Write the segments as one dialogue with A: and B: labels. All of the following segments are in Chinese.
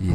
A: 以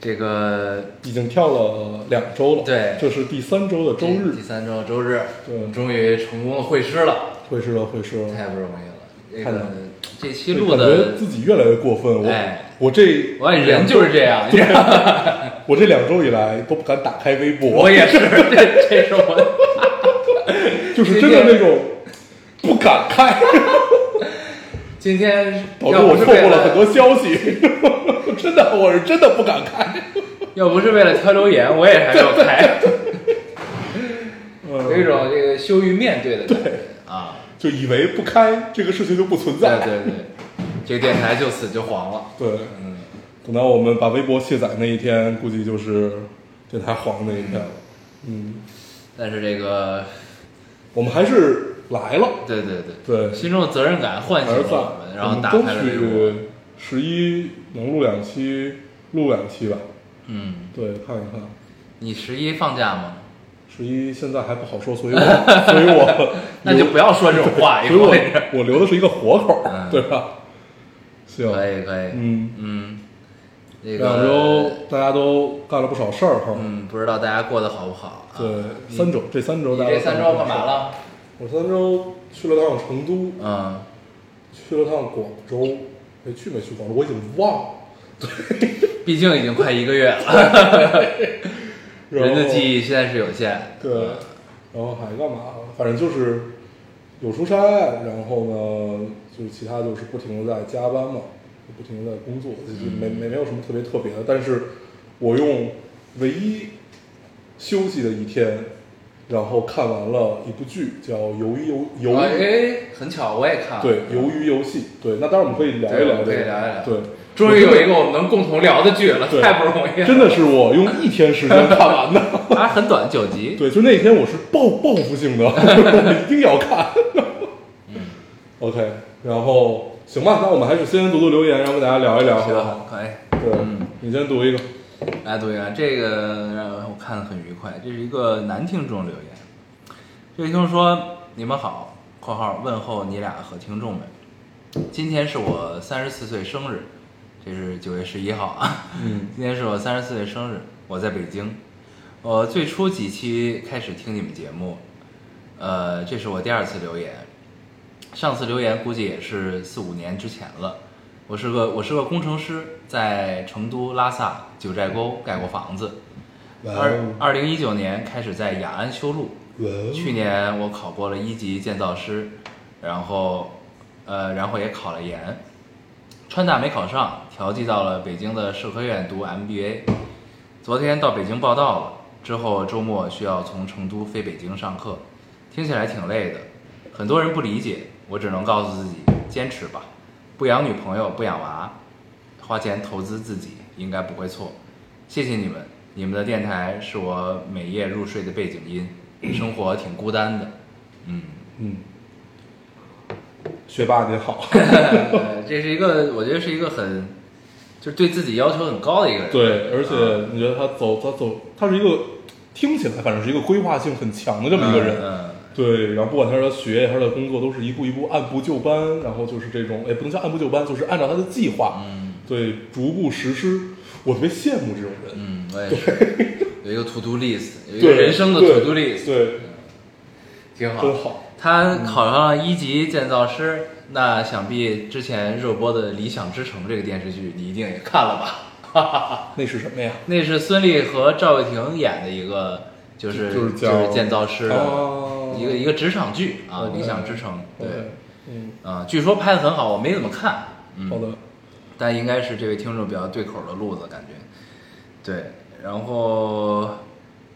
A: 这个
B: 已经跳了两周了，
A: 对
B: 这是第三周的周
A: 这
B: 日
A: 第，三周周日，
B: 对
A: 终于成功的会师了。
B: 会是了，会是了。
A: 太不容易了。这
B: 太
A: 个
B: 难了
A: 这期
B: 对
A: 录
B: 感觉
A: 的，
B: 自己越来越过分，我、
A: 哎
B: 我这
A: 我人就是这样，你知道吗
B: 我这两周以来都不敢打开微博
A: 我，也是，这这是我。
B: 就是真的那种不敢 开，
A: 今天
B: 导
A: 要
B: 致我
A: 不是
B: 错
A: 为
B: 过了很
A: 了，
B: 多消息。 真的，我是真的不敢开。
A: 要不是为了挑留言，我也还没有 开，有一
B: 嗯，
A: 种这个羞于面对的感觉啊。
B: 就以为不开这个事情就不存
A: 对
B: 在。
A: 对对，这个电台就此就黄了。
B: 对，
A: 嗯，
B: 等到我们把微博卸载那一天，估计就是电台黄那一天了。嗯。
A: 但是这个，
B: 我们还是来了，
A: 对对对，
B: 对，
A: 心中的责任感唤
B: 还
A: 醒
B: 是
A: 了
B: 在，
A: 我们，然后
B: 我
A: 打
B: 争
A: 开了微博。
B: 取十一能录两期，录两期吧，
A: 嗯，
B: 对，看一看。
A: 你十一放假吗？
B: 十一现在还不好说，所以 我所以我
A: 那就不要说这种 话，哎以
B: 所以
A: 后
B: 我
A: 这是
B: 我留的是一个活口
A: 嗯，
B: 对吧？行，
A: 可以可以，
B: 嗯，
A: 嗯，这个
B: 两周大家都干了不少事儿哈，
A: 嗯，不知道大家过得好不好啊？
B: 对，
A: 你
B: 三周这三周
A: 你
B: 大家
A: 这
B: 都
A: 三
B: 干了
A: 周
B: 不少
A: 干嘛？了？
B: 我三周去了趟成都，
A: 嗯，
B: 去了趟广州，没去没去广州，我已经忘了。
A: 毕竟已经快一个 月了，
B: 然后
A: 人的记忆现在是有限。啊
B: 对，然后还干嘛？反正就是有出差，然后呢，就是其他就是不停的在加班嘛，就不停的在工作，就就
A: 嗯
B: 没没没有什么特别特别的。但是我用唯一休息的一天，然后看完了一部剧，叫《鱿鱼游
A: 啊
B: 鱿鱼》。
A: 哎，很巧，我也看了。
B: 对，鱿鱼游戏，对，那当然我们可以聊一聊这个，
A: 对可以聊一聊
B: 对，
A: 终于有一个我们能共同聊的剧了，
B: 对
A: 太不容易了。
B: 真的是我用一天时 间看完的，
A: 还很短，九集。
B: 对，就那天我是报报复性 的，我一定要看。OK，然后行吧，那我们还是先读读留言，然后跟大家聊一聊，好不好？
A: 行，可以。
B: 对，
A: 嗯
B: 你先读一个。
A: 来读一下哎啊这个，让我看得很愉快。这是一个男听众留言，这位听众说：“你们好（括号问候你俩和听众们），今天是我三十四岁生日，这是九月十一号啊。
B: 嗯，
A: 今天是我三十四岁生日，我在北京。我最初几期开始听你们节目，呃，这是我第二次留言，上次留言估计也是四五年之前了。我是个我是个工程师，在成都、拉萨、九寨沟盖过房子。
B: 哇
A: 二
B: 哦，
A: 二零一九年开始在雅安修路，
B: 哇哦
A: 去年我考过了一级建造师，然后呃，然后也考了研，川大没考上，调剂到了北京的社科院读 MBA。昨天到北京报到了，之后周末需要从成都飞北京上课，听起来挺累的，很多人不理解，我只能告诉自己坚持吧，不养女朋友不养娃，花钱投资自己应该不会错。谢谢你们，你们的电台是我每夜入睡的背景音，生活挺孤单的。嗯，
B: 嗯，学霸您 好，
A: 呃 这是一个我觉得是一个很，就是对自己要求很高的一个人。
B: 对，而
A: 啊
B: 且你觉得他走，他走，他是一个听起来反正是一个规划性很强的这么一个人。
A: 嗯，
B: 对，然后不管他是他学业还是他的工作，都是一步一步按部就班，然后就是这种，哎，不能叫按部就班，就是按照他的计划，
A: 嗯
B: 对，逐步实施。我特别羡慕这种人，
A: 嗯，嗯我也是有一个 to do list，有一个
B: 对
A: 人生的 to
B: 对
A: do list，
B: 对，
A: 挺好。
B: 真好。
A: 他考上了一级建造师，那想必之前热播的《理想之城》这个电视剧你一定也看了吧？
B: 那是什么呀？
A: 那是孙俪和赵又廷演的一个，就是
B: 就是叫
A: 建造师的、
B: 哦
A: 一个一个职场剧啊，
B: OK
A: 理想之城》对
B: OK，嗯，
A: 啊，据说拍的很好，我没怎么看，嗯，
B: 好的，
A: 但应该是这位听众比较对口的路子感觉，对，然后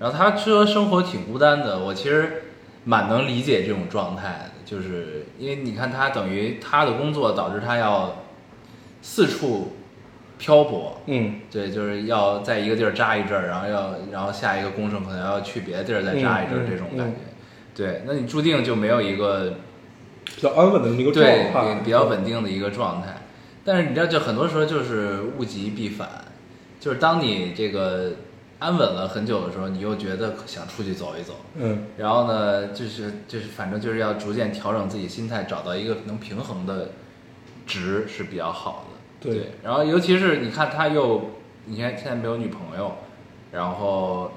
A: 然后他说生活挺孤单的，我其实蛮能理解这种状态的，就是因为你看他等于他的工作导致他要四处漂泊，
B: 嗯
A: 对，就是要在一个地儿扎一阵儿，然后要然后下一个工程可能要去别的地儿再扎一阵儿
B: 嗯嗯
A: 这种感觉
B: 嗯。
A: 对，那你注定就没有一个
B: 比较安稳的这么一个状
A: 对
B: 态，
A: 比比较稳定的一个状态。但是你知道，就很多时候就是物极必反，就是当你这个安稳了很久的时候，你又觉得想出去走一走，
B: 嗯
A: 然后呢，就是就是反正就是要逐渐调整自己心态，找到一个能平衡的值是比较好的。
B: 对
A: 然后尤其是你看他又，你看现在没有女朋友，然后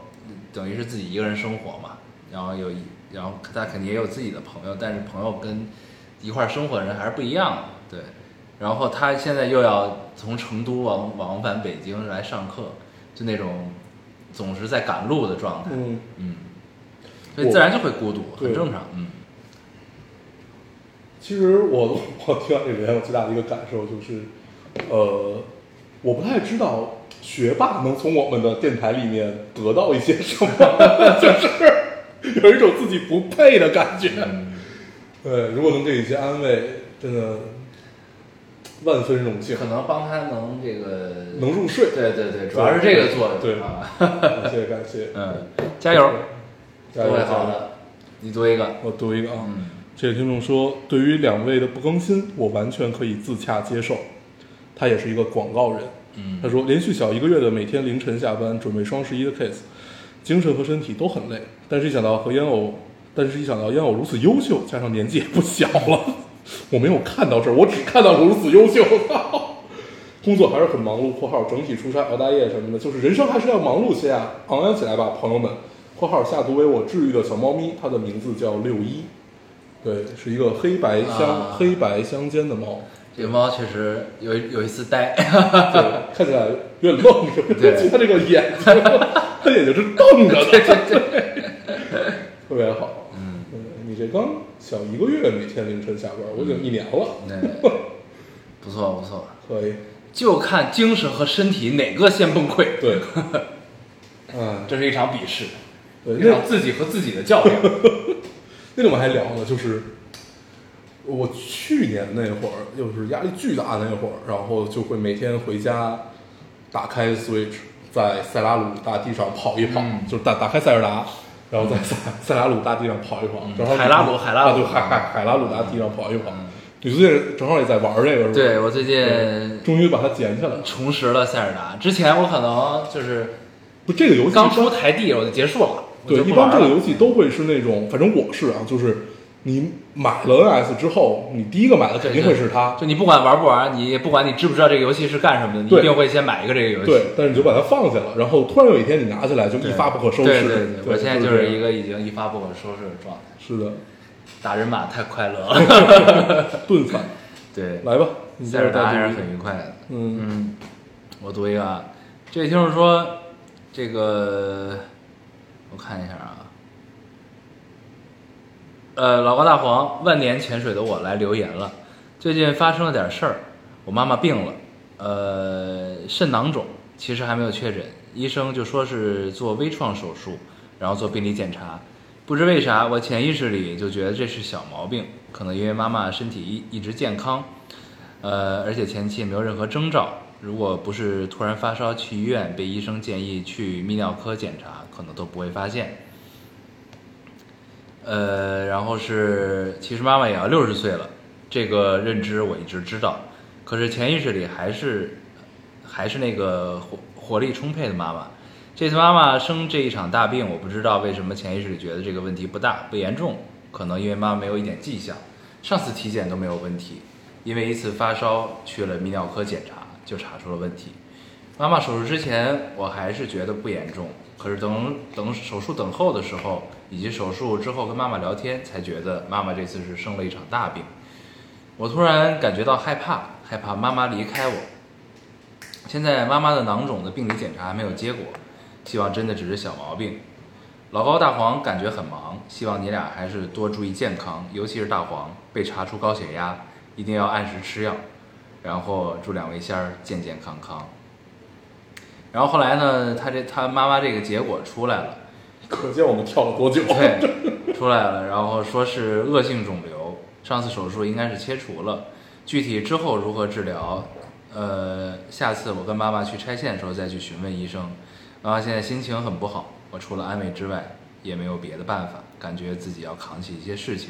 A: 等于是自己一个人生活嘛，然后有一，然后他肯定也有自己的朋友，但是朋友跟一块儿生活的人还是不一样的，对。然后他现在又要从成都往往返北京来上课，就那种总是在赶路的状态。
B: 嗯，
A: 嗯，所以自然就会孤独，
B: 对
A: 很正常。嗯
B: 其实我 我听完这里面，我最大的一个感受就是，呃，我不太知道学霸能从我们的电台里面得到一些什么， 就是有一种自己不配的感觉。
A: 嗯
B: 对，如果能给一些安慰，真的万分荣幸，
A: 可能帮他能这个，
B: 能入睡。
A: 对对对，主要是这个作用。
B: 对
A: 啊，
B: 感谢感谢，
A: 嗯，加油，
B: 加
A: 都
B: 油
A: 会好。
B: 加油
A: 的。你读一个，
B: 我读一个啊，
A: 嗯
B: 这位听众说，对于两位的不更新，我完全可以自洽接受。他也是一个广告人，
A: 嗯
B: 他说连续小一个月的每天凌晨下班准备双十一的 case，精神和身体都很累，但是一想到和烟偶，但是一想到烟偶如此优秀，加上年纪也不小了， 我没有看到这儿，我只看到如此优秀。 工作还是很忙碌（括号整体出差、熬大夜什么的），就是人生还是要忙碌些啊，昂扬起来吧，朋友们。（括号下毒为我治愈的小猫咪，它的名字叫六一，对，是一个黑白相、
A: 啊
B: 黑白相间的猫。
A: 这个猫确实有有一次呆，
B: 对，看起来有点 愣，是吧？
A: 对
B: 就他这个眼 睛，他眼睛是瞪着的， 特别好。
A: 嗯，
B: 嗯，你这刚小一个月，每天凌晨下班，我已经一年了，
A: 对， 不错不错，
B: 可以。
A: 就看精神和身体哪个先崩溃。
B: 对，嗯，
A: 这是一场比试，
B: 对，
A: 一
B: 那
A: 场自己和自己的较量。
B: 那天我们还聊呢，就是我去年那会儿，就是压力巨大那会儿，然后就会每天回家打开 Switch，在塞拉鲁大地上跑一跑，
A: 嗯
B: 就是打打开塞尔达，然后在塞塞拉鲁大地上跑一跑，
A: 嗯
B: 正好
A: 海拉鲁海拉鲁
B: 啊对海海海拉鲁大地上跑一跑
A: 嗯。
B: 你最近正好也在玩这个是吧？
A: 对呃我最近
B: 终于把它捡起来了。
A: 重拾了塞尔达，之前我可能就是
B: 不，这个游戏
A: 刚出台地我就结束了，我
B: 对，
A: 就
B: 一
A: 不
B: 般
A: 玩
B: 这个
A: 了
B: 游戏都会是那种，反正我是啊，就是你买了 NS 之后，你第一个买的肯定会是它。
A: 就你不管玩不玩，你也不管你知不知道这个游戏是干什么的，你
B: 对
A: 一定会先买一个这个游戏。
B: 对，但是你就把它放下了，然后突然有一天你拿起来就
A: 对，
B: 一发不可收拾。
A: 对对对，我现在就是一
B: 个
A: 个已经一发不可收拾的状态。
B: 是的
A: 打人马太快乐了，
B: 顿饭，
A: 对，
B: 来吧，你
A: 塞
B: 接着
A: 尔达
B: 带
A: 还
B: 这
A: 是
B: 个
A: 很愉快的。
B: 嗯
A: 嗯，我读一个，啊，这位听众说，这个我看一下啊，呃，老高大黄，万年潜水的我来留言了，最近发生了点事儿，我妈妈病了，呃，肾囊肿，其实还没有确诊，医生就说是做微创手术，然后做病理检查。不知为啥，我潜意识里就觉得这是小毛病，可能因为妈妈身体一一直健康，呃，而且前期也没有任何征兆。如果不是突然发烧去医院，被医生建议去泌尿科检查，可能都不会发现。呃，然后是，其实妈妈也要六十岁了，这个认知我一直知道，可是潜意识里还是还是那个活活力充沛的妈妈。这次妈妈生这一场大病，我不知道为什么潜意识里觉得这个问题不大不严重，可能因为妈妈没有一点迹象，上次体检都没有问题，因为一次发烧去了泌尿科检查就查出了问题。妈妈手术之前，我还是觉得不严重，可是等等手术等候的时候，以及手术之后跟妈妈聊天，才觉得妈妈这次是生了一场大病。我突然感觉到害怕，害怕妈妈离开我。现在妈妈的囊肿的病理检查还没有结果，希望真的只是小毛病。老高、大黄感觉很忙，希望你俩还是多注意健康，尤其是大黄被查出高血压，一定要按时吃药。然后祝两位仙儿健健康康。然后后来呢，他这他妈妈这个结果出来了，
B: 可见我们跳了多久。
A: 哦对，出来了，然后说是恶性肿瘤，上次手术应该是切除了，具体之后如何治疗，呃，下次我跟妈妈去拆线的时候再去询问医生。妈妈现在心情很不好，我除了安慰之外也没有别的办法，感觉自己要扛起一些事情。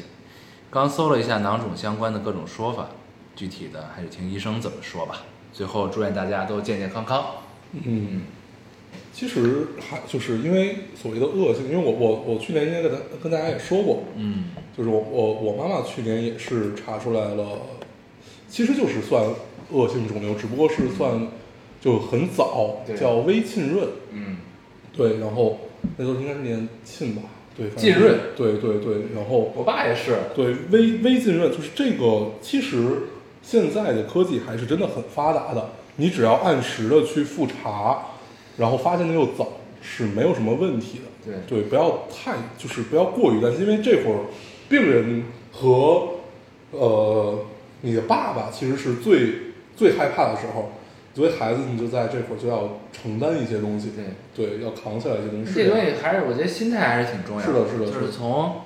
A: 刚搜了一下囊肿相关的各种说法，具体的还是听医生怎么说吧。最后祝愿大家都健健康康。
B: 嗯，其实还就是因为所谓的恶性，因为我我我去年应该跟大跟大家也说过，
A: 嗯
B: 就是我我我妈妈去年也是查出来了，其实就是算恶性肿瘤，只不过是算就很早
A: 对，
B: 叫微浸润，
A: 嗯
B: 对，然后那时候应该是年浸吧，对，反正
A: 浸润
B: 对对对，然后
A: 我爸也是，
B: 对微微浸润就是这个，其实现在的科技还是真的很发达的，你只要按时的去复查，然后发现的又早，是没有什么问题的。
A: 对
B: 对，不要太就是不要过于担心，因为这会儿病人和呃你的爸爸其实是最最害怕的时候，作为孩子你就在这会儿就要承担一些东西，对，要扛起来一些东西。
A: 这东西还是我觉得心态还是挺重要
B: 是的是的
A: 就是是
B: 的
A: 从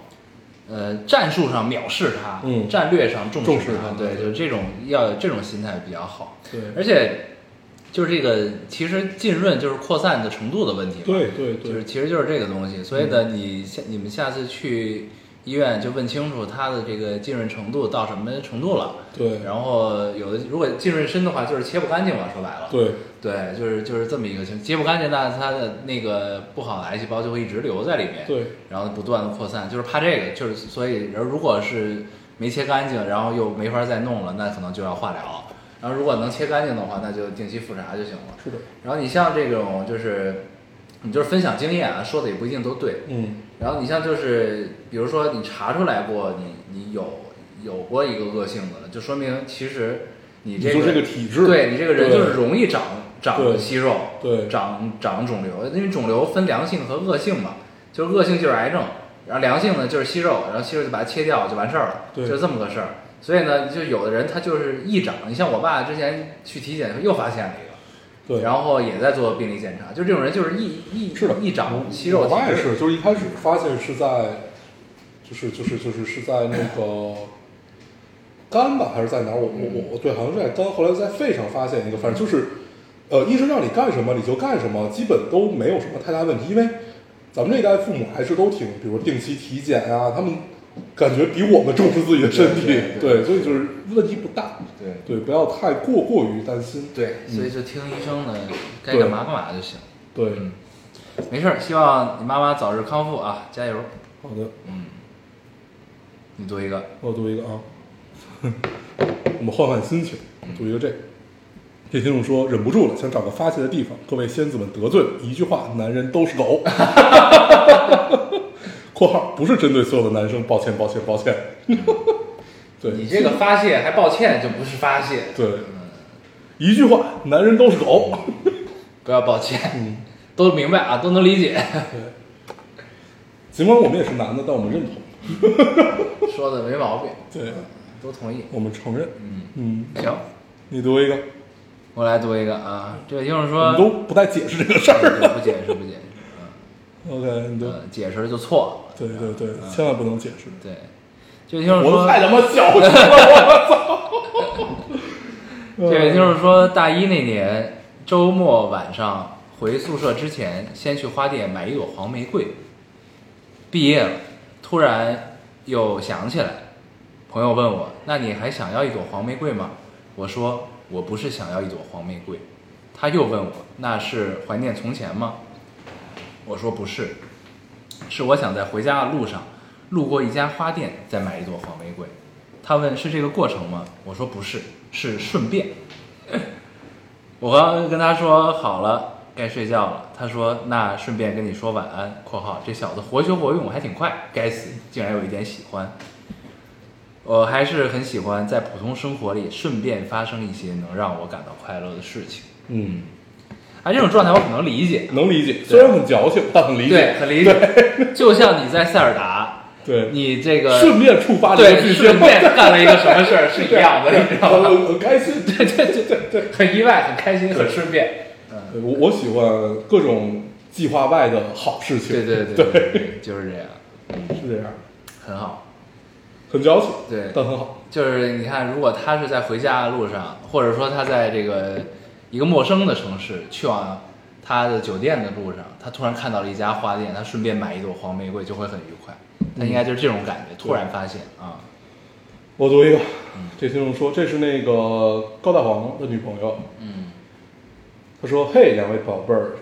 A: 呃战术上藐视它，
B: 嗯
A: 战略上重
B: 重视
A: 视它，
B: 它
A: 对，
B: 对
A: 就是这种要有这种心态比较好。
B: 对
A: 而且就是这个，其实浸润就是扩散的程度的问题嘛，
B: 对对对，嗯
A: 就是其实就是这个东西。所以呢，你下你们下次去医院就问清楚它的这个浸润程度到什么程度了。
B: 对
A: 然后有的如果浸润深的话，就是切不干净了，说白了。
B: 对
A: 对，就是就是这么一个情况，揭不干净，那它的那个不好的癌细胞就会一直留在里面，
B: 对，
A: 然后不断的扩散，就是怕这个，就是所以人如果是没切干净，然后又没法再弄了，那可能就要化疗，然后如果能切干净的话，那就定期复查就行了。
B: 是的，
A: 然后你像这种就是，你就是分享经验啊，说的也不一定都对，
B: 嗯
A: 然后你像就是，比如说你查出来过你你有有过一个恶性的，就说明其实你这个
B: 你就是这个体质
A: 对你这个人
B: 对
A: 就是容易长长
B: 对
A: 息肉，
B: 对
A: 长长肿瘤，因为肿瘤分良性和恶性嘛，就是恶性就是癌症，然后良性呢就是息肉，然后息肉就把它切掉就完事儿了，
B: 对
A: 就是这么个事儿。所以呢，就有的人他就是易长，你像我爸之前去体检的时候又发现了一个。
B: 对。
A: 然后也在做病理检查，就这种人就是易易
B: 是的，
A: 易长息肉
B: 我
A: 体
B: 爸也
A: 质
B: 是，就是一开始发现是在，就是就是就是是在那个 肝吧，还是在哪儿？我我我我对，好像是在肝，后来在肺上发现一个，反正就是，呃，医生让你干什么你就干什么，基本都没有什么太大问题，因为咱们这一代父母还是都挺，比如定期体检啊，他们感觉比我们重视自己的身体，
A: 对对对
B: 所以就是问题不大，
A: 对
B: 对，不要太过过于担心，
A: 对，所以就听医生的，该干嘛干嘛就行。
B: 对，
A: 嗯，没事儿，希望你妈妈早日康复啊，加油！
B: 好的。
A: 你读一个，
B: 我读一个啊， 我们换换心情，读一个这个。这听众说忍不住了，想找个发泄的地方。各位仙子们得罪了，一句话，男人都是狗。 （括号不是针对所有的男生，抱歉，抱歉，抱歉。 对
A: 你这个发泄还抱歉，就不是发泄，
B: 对，一句话，男人都是狗。
A: 不要抱歉，都明白啊，都能理解，
B: 尽管我们也是男的，但我们认同，
A: 说的没毛病，
B: 对，
A: 都同意。
B: 我们承认。嗯
A: 行，
B: 你读一个，
A: 我来读一个啊，这位听众
B: 我
A: 说
B: 们，都不带解释这个事儿
A: 对
B: 的。
A: 不解释不解释，
B: OK，你读。
A: 呃，解释就错了。
B: 对对对，千万不能解释。
A: 对，这位听 众
B: 我都
A: 说，
B: 太他妈小气了，我操！
A: 这
B: 嗯
A: 位听众说，大一那年周末晚上回宿舍之前，先去花店买一朵黄玫瑰。毕业了，突然又想起来，朋友问我：“那你还想要一朵黄玫瑰吗？”我说：“我不是想要一朵黄玫瑰。”他又问我：“那是怀念从前吗？”我说：“不是，是我想在回家的路上路过一家花店，再买一朵黄玫瑰。”他问：“是这个过程吗？”我说：“不是，是顺便。”我刚跟他说好了，该睡觉了。他说那顺便跟你说晚安。（括号这小子活学活用还挺快，该死，竟然有一点喜欢。）我还是很喜欢在普通生活里顺便发生一些能让我感到快乐的事情。
B: 嗯，
A: 啊，这种状态我很能理解，
B: 能理解，虽然很矫情，但很理
A: 对，
B: 解。
A: 很理解。就像你在塞尔达，
B: 对，
A: 你这个
B: 顺便触发这个
A: 对
B: 剧
A: 顺
B: 情，
A: 便干了一个什么事儿是一样的，你知道吗？
B: 很很开心。
A: 对对对对对，很意外，很开心，很顺便。
B: 对我我喜欢各种计划外的好事情。
A: 对对对对，对，就是这样，
B: 是这样，
A: 很好。
B: 很矫情，
A: 对
B: 但很好。
A: 就是你看，如果他是在回家的路上，或者说他在这个一个陌生的城市去往他的酒店的路上，他突然看到了一家花店，他顺便买一朵黄玫瑰，就会很愉快。
B: 嗯
A: 他应该就是这种感觉，突然发现啊，
B: 我读一个，这听众说这是那个高大黄的女朋友，
A: 嗯
B: 他说：“嘿，两位宝贝儿，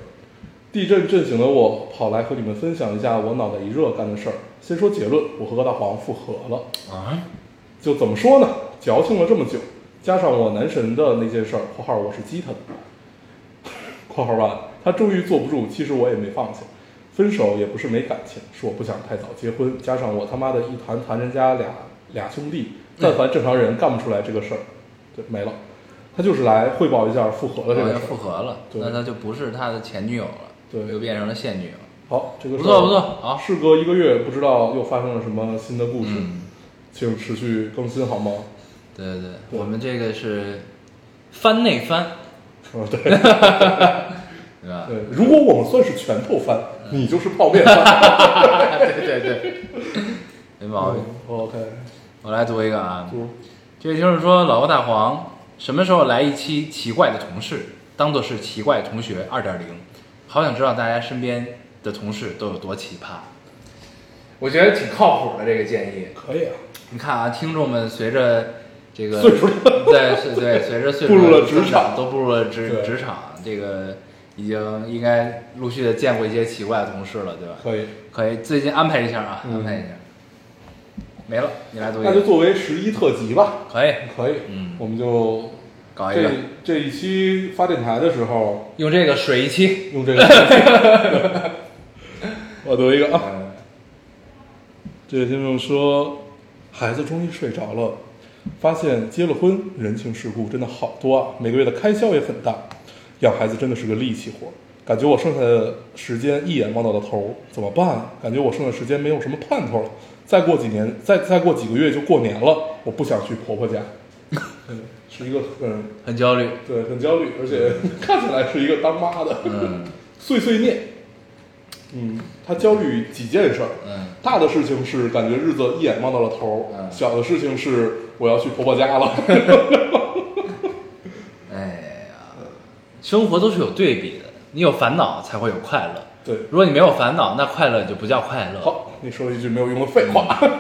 B: 地震震醒了我，跑来和你们分享一下我脑袋一热干的事儿。先说结论，我和高大黄复合了。
A: 啊，
B: 就怎么说呢？矫情了这么久，加上我男神的那件事儿 （括号我是激他的），括号完，他终于坐不住，其实我也没放下。分手也不是没感情，是我不想太早结婚，加上我他妈的一谈谈人家俩俩兄弟，
A: 嗯
B: 但凡正常人干不出来这个事儿，对，没了。他就是来汇报一下复合
A: 好
B: 的这个
A: 像
B: 事儿
A: 哦复。合了，
B: 对
A: 那他就不是他的前女友了，
B: 对
A: 又变成了现女友。
B: 好，这个
A: 不
B: 事儿
A: 错不错，好，
B: 事隔一个月，不知道又发生了什么新的故事，
A: 嗯，
B: 请持续更新好吗？
A: 对对对，我们这个是翻内翻，
B: 啊，对
A: 对吧？
B: 对，如果我们算是拳头翻，你就是泡面翻。
A: 对对对，没毛病。
B: OK，
A: 我来读一个啊，
B: 就
A: 这位听众说，老高大黄什么时候来一期奇怪的同事，当做是奇怪同学二点零？好想知道大家身边的同事都有多奇葩。我觉得挺靠谱的这个建议。
B: 可以啊。
A: 你看啊，听众们随着这个
B: 岁数
A: 对岁对随着岁数
B: 步入了
A: 的
B: 职
A: 增长
B: 场
A: 都步入了职
B: 对
A: 职场，这个已经应该陆续的见过一些奇怪的同事了，对吧？
B: 可以，
A: 可以，最近安排一下啊，
B: 嗯
A: 安排一下。没了，你来读一
B: 那就
A: 个，
B: 作为十一特辑吧。
A: 可以
B: 可以，
A: 嗯啊
B: 我们就
A: 搞一
B: 这
A: 个，
B: 这一期发电台的时候
A: 用这个水一期。
B: 用这个。 我读一个啊，这位听众说，孩子终于睡着了，发现结了婚，人情世故真的好多啊，每个月的开销也很大，养孩子真的是个力气活儿。感觉我剩下的时间一眼望到了头儿，怎么办啊？感觉我剩下的时间没有什么盼头了。再过几年，再再过几个月就过年了，我不想去婆婆家。 嗯，是一个很
A: 很焦虑。
B: 对很焦虑，而且 看起来是一个当妈的
A: 嗯
B: 碎碎念。嗯，她焦虑几件事儿，
A: 嗯
B: 大的事情是感觉日子一眼望到了头，
A: 嗯
B: 小的事情是我要去婆婆家 了。
A: 哎呀，生活都是有对比的，你有烦恼才会有快乐。
B: 对，
A: 如果你没有烦恼，那快乐就不叫快乐。
B: 好，你说了一句没有用的废话，
A: 嗯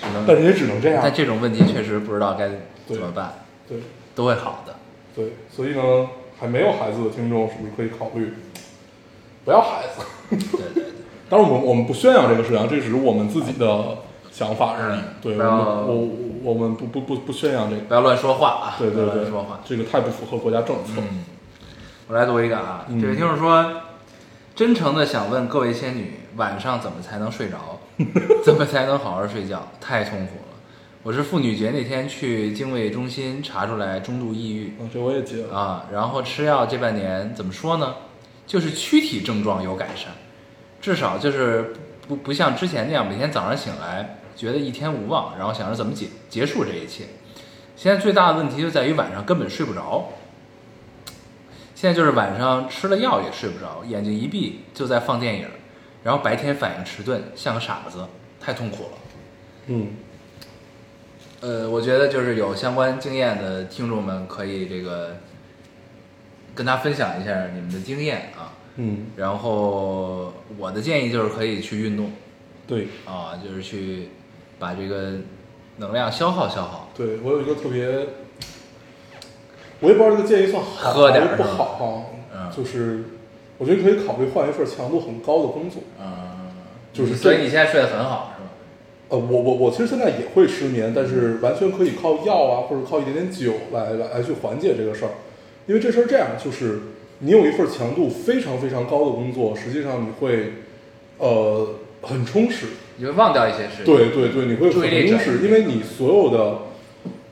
A: 只能，
B: 但是也只能这样
A: 但。这种问题确实不知道该怎么办，
B: 对
A: 都会好的。
B: 对，所以呢，还没有孩子的听众是不是可以考虑不要孩子？
A: 对对对，
B: 当然，我们我们不宣扬这个事情啊，这只是我们自己的想法而已。对，
A: 不
B: 我
A: 要
B: 们我我我们不不不不宣扬这个。
A: 不要乱说话啊！
B: 对对
A: 不要
B: 对
A: 乱，说嗯话。
B: 这个太不符合国家政策。
A: 我来读一个啊，
B: 嗯
A: 这位听众说，真诚的想问各位仙女，晚上怎么才能睡着？ 怎么才能好好睡觉？太痛苦了。我是妇女节那天去精卫中心查出来中度抑郁，
B: 啊，这我也接了。
A: 啊，然后吃药这半年怎么说呢？就是躯体症状有改善，至少就是不不像之前那样每天早上醒来觉得一天无望，然后想着怎么解结束这一切。现在最大的问题就在于晚上根本睡不着。现在就是晚上吃了药也睡不着，眼睛一闭就在放电影，然后白天反应迟钝，像个傻子，太痛苦了。
B: 嗯，
A: 呃，我觉得就是有相关经验的听众们可以这个跟他分享一下你们的经验啊。
B: 嗯，
A: 然后我的建议就是可以去运动
B: 对，
A: 啊，就是去把这个能量消耗消耗。
B: 对我有一个特别，我也不知道这个建议算好
A: 喝点
B: 还
A: 儿
B: 是不
A: 是吧
B: 好哈、
A: 嗯
B: 就是我觉得可以考虑换一份强度很高的工作。
A: 嗯，
B: 就是
A: 所以你现在睡得很好是吧？
B: 呃，我我我其实现在也会失眠，但是完全可以靠药啊，或者靠一点点酒来来来去缓解这个事儿，因为这事儿这样，就是你有一份强度非常非常高的工作，实际上你会呃很充实，
A: 你会忘掉一些事情。
B: 对对对，你会
A: 注
B: 很
A: 意力
B: 充
A: 转
B: 实，因为你所有的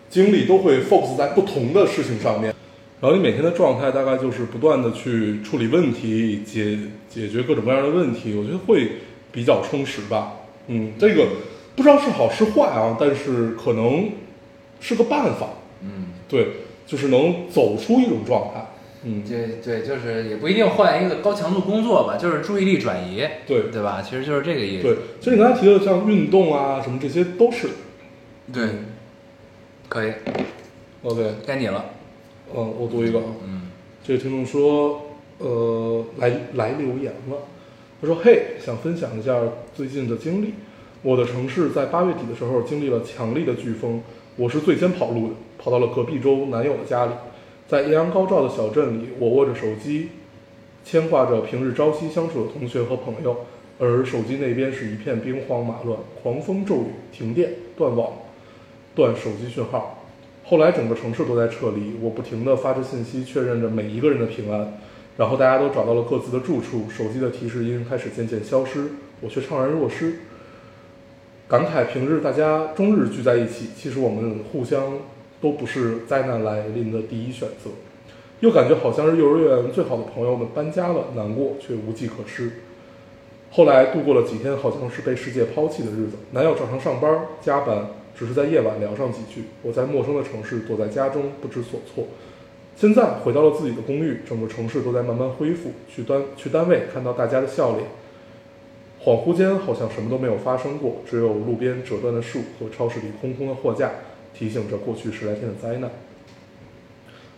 B: 精力都会 focus 在不同的事情上面，然后你每天的状态大概就是不断的去处理问题，解解决各种各样的问题，我觉得会比较充实吧。嗯，这个不知道是好是坏啊，但是可能是个办法。
A: 嗯，
B: 对，就是能走出一种状态。嗯，
A: 对对，就是也不一定换一个高强度工作吧，就是注意力转移，
B: 对
A: 对吧？其实
B: 嗯
A: 就是这个意思。
B: 对，其实你刚才提到像运动啊什么这些都是，
A: 对，可以，
B: OK，
A: 该你了。
B: 嗯，我读一个啊，
A: 嗯
B: 这位听众说，呃，来来留言了，他说：“嘿，想分享一下最近的经历。我的城市在八月底的时候经历了强力的飓风，我是最先跑路的，跑到了隔壁州男友的家里，在艳阳高照的小镇里，我握着手机，牵挂着平日朝夕相处的同学和朋友，而手机那边是一片兵荒马乱，狂风骤雨，停电、断网、断手机讯号。后来整个城市都在撤离，我不停地发着信息确认着每一个人的平安，然后大家都找到了各自的住处，手机的提示音开始渐渐消失，我却怅然若失。感慨平日大家终日聚在一起，其实我们互相都不是灾难来临的第一选择，又感觉好像是幼儿园最好的朋友们搬家了，难过却无计可施。后来度过了几天好像是被世界抛弃的日子。男友照常上班加班，只是在夜晚聊上几句。我在陌生的城市躲在家中不知所措。现在回到了自己的公寓，整个城市都在慢慢恢复。去单去单位看到大家的笑脸，恍惚间好像什么都没有发生过，只有路边折断的树和超市里空空的货架提醒着过去十来天的灾难。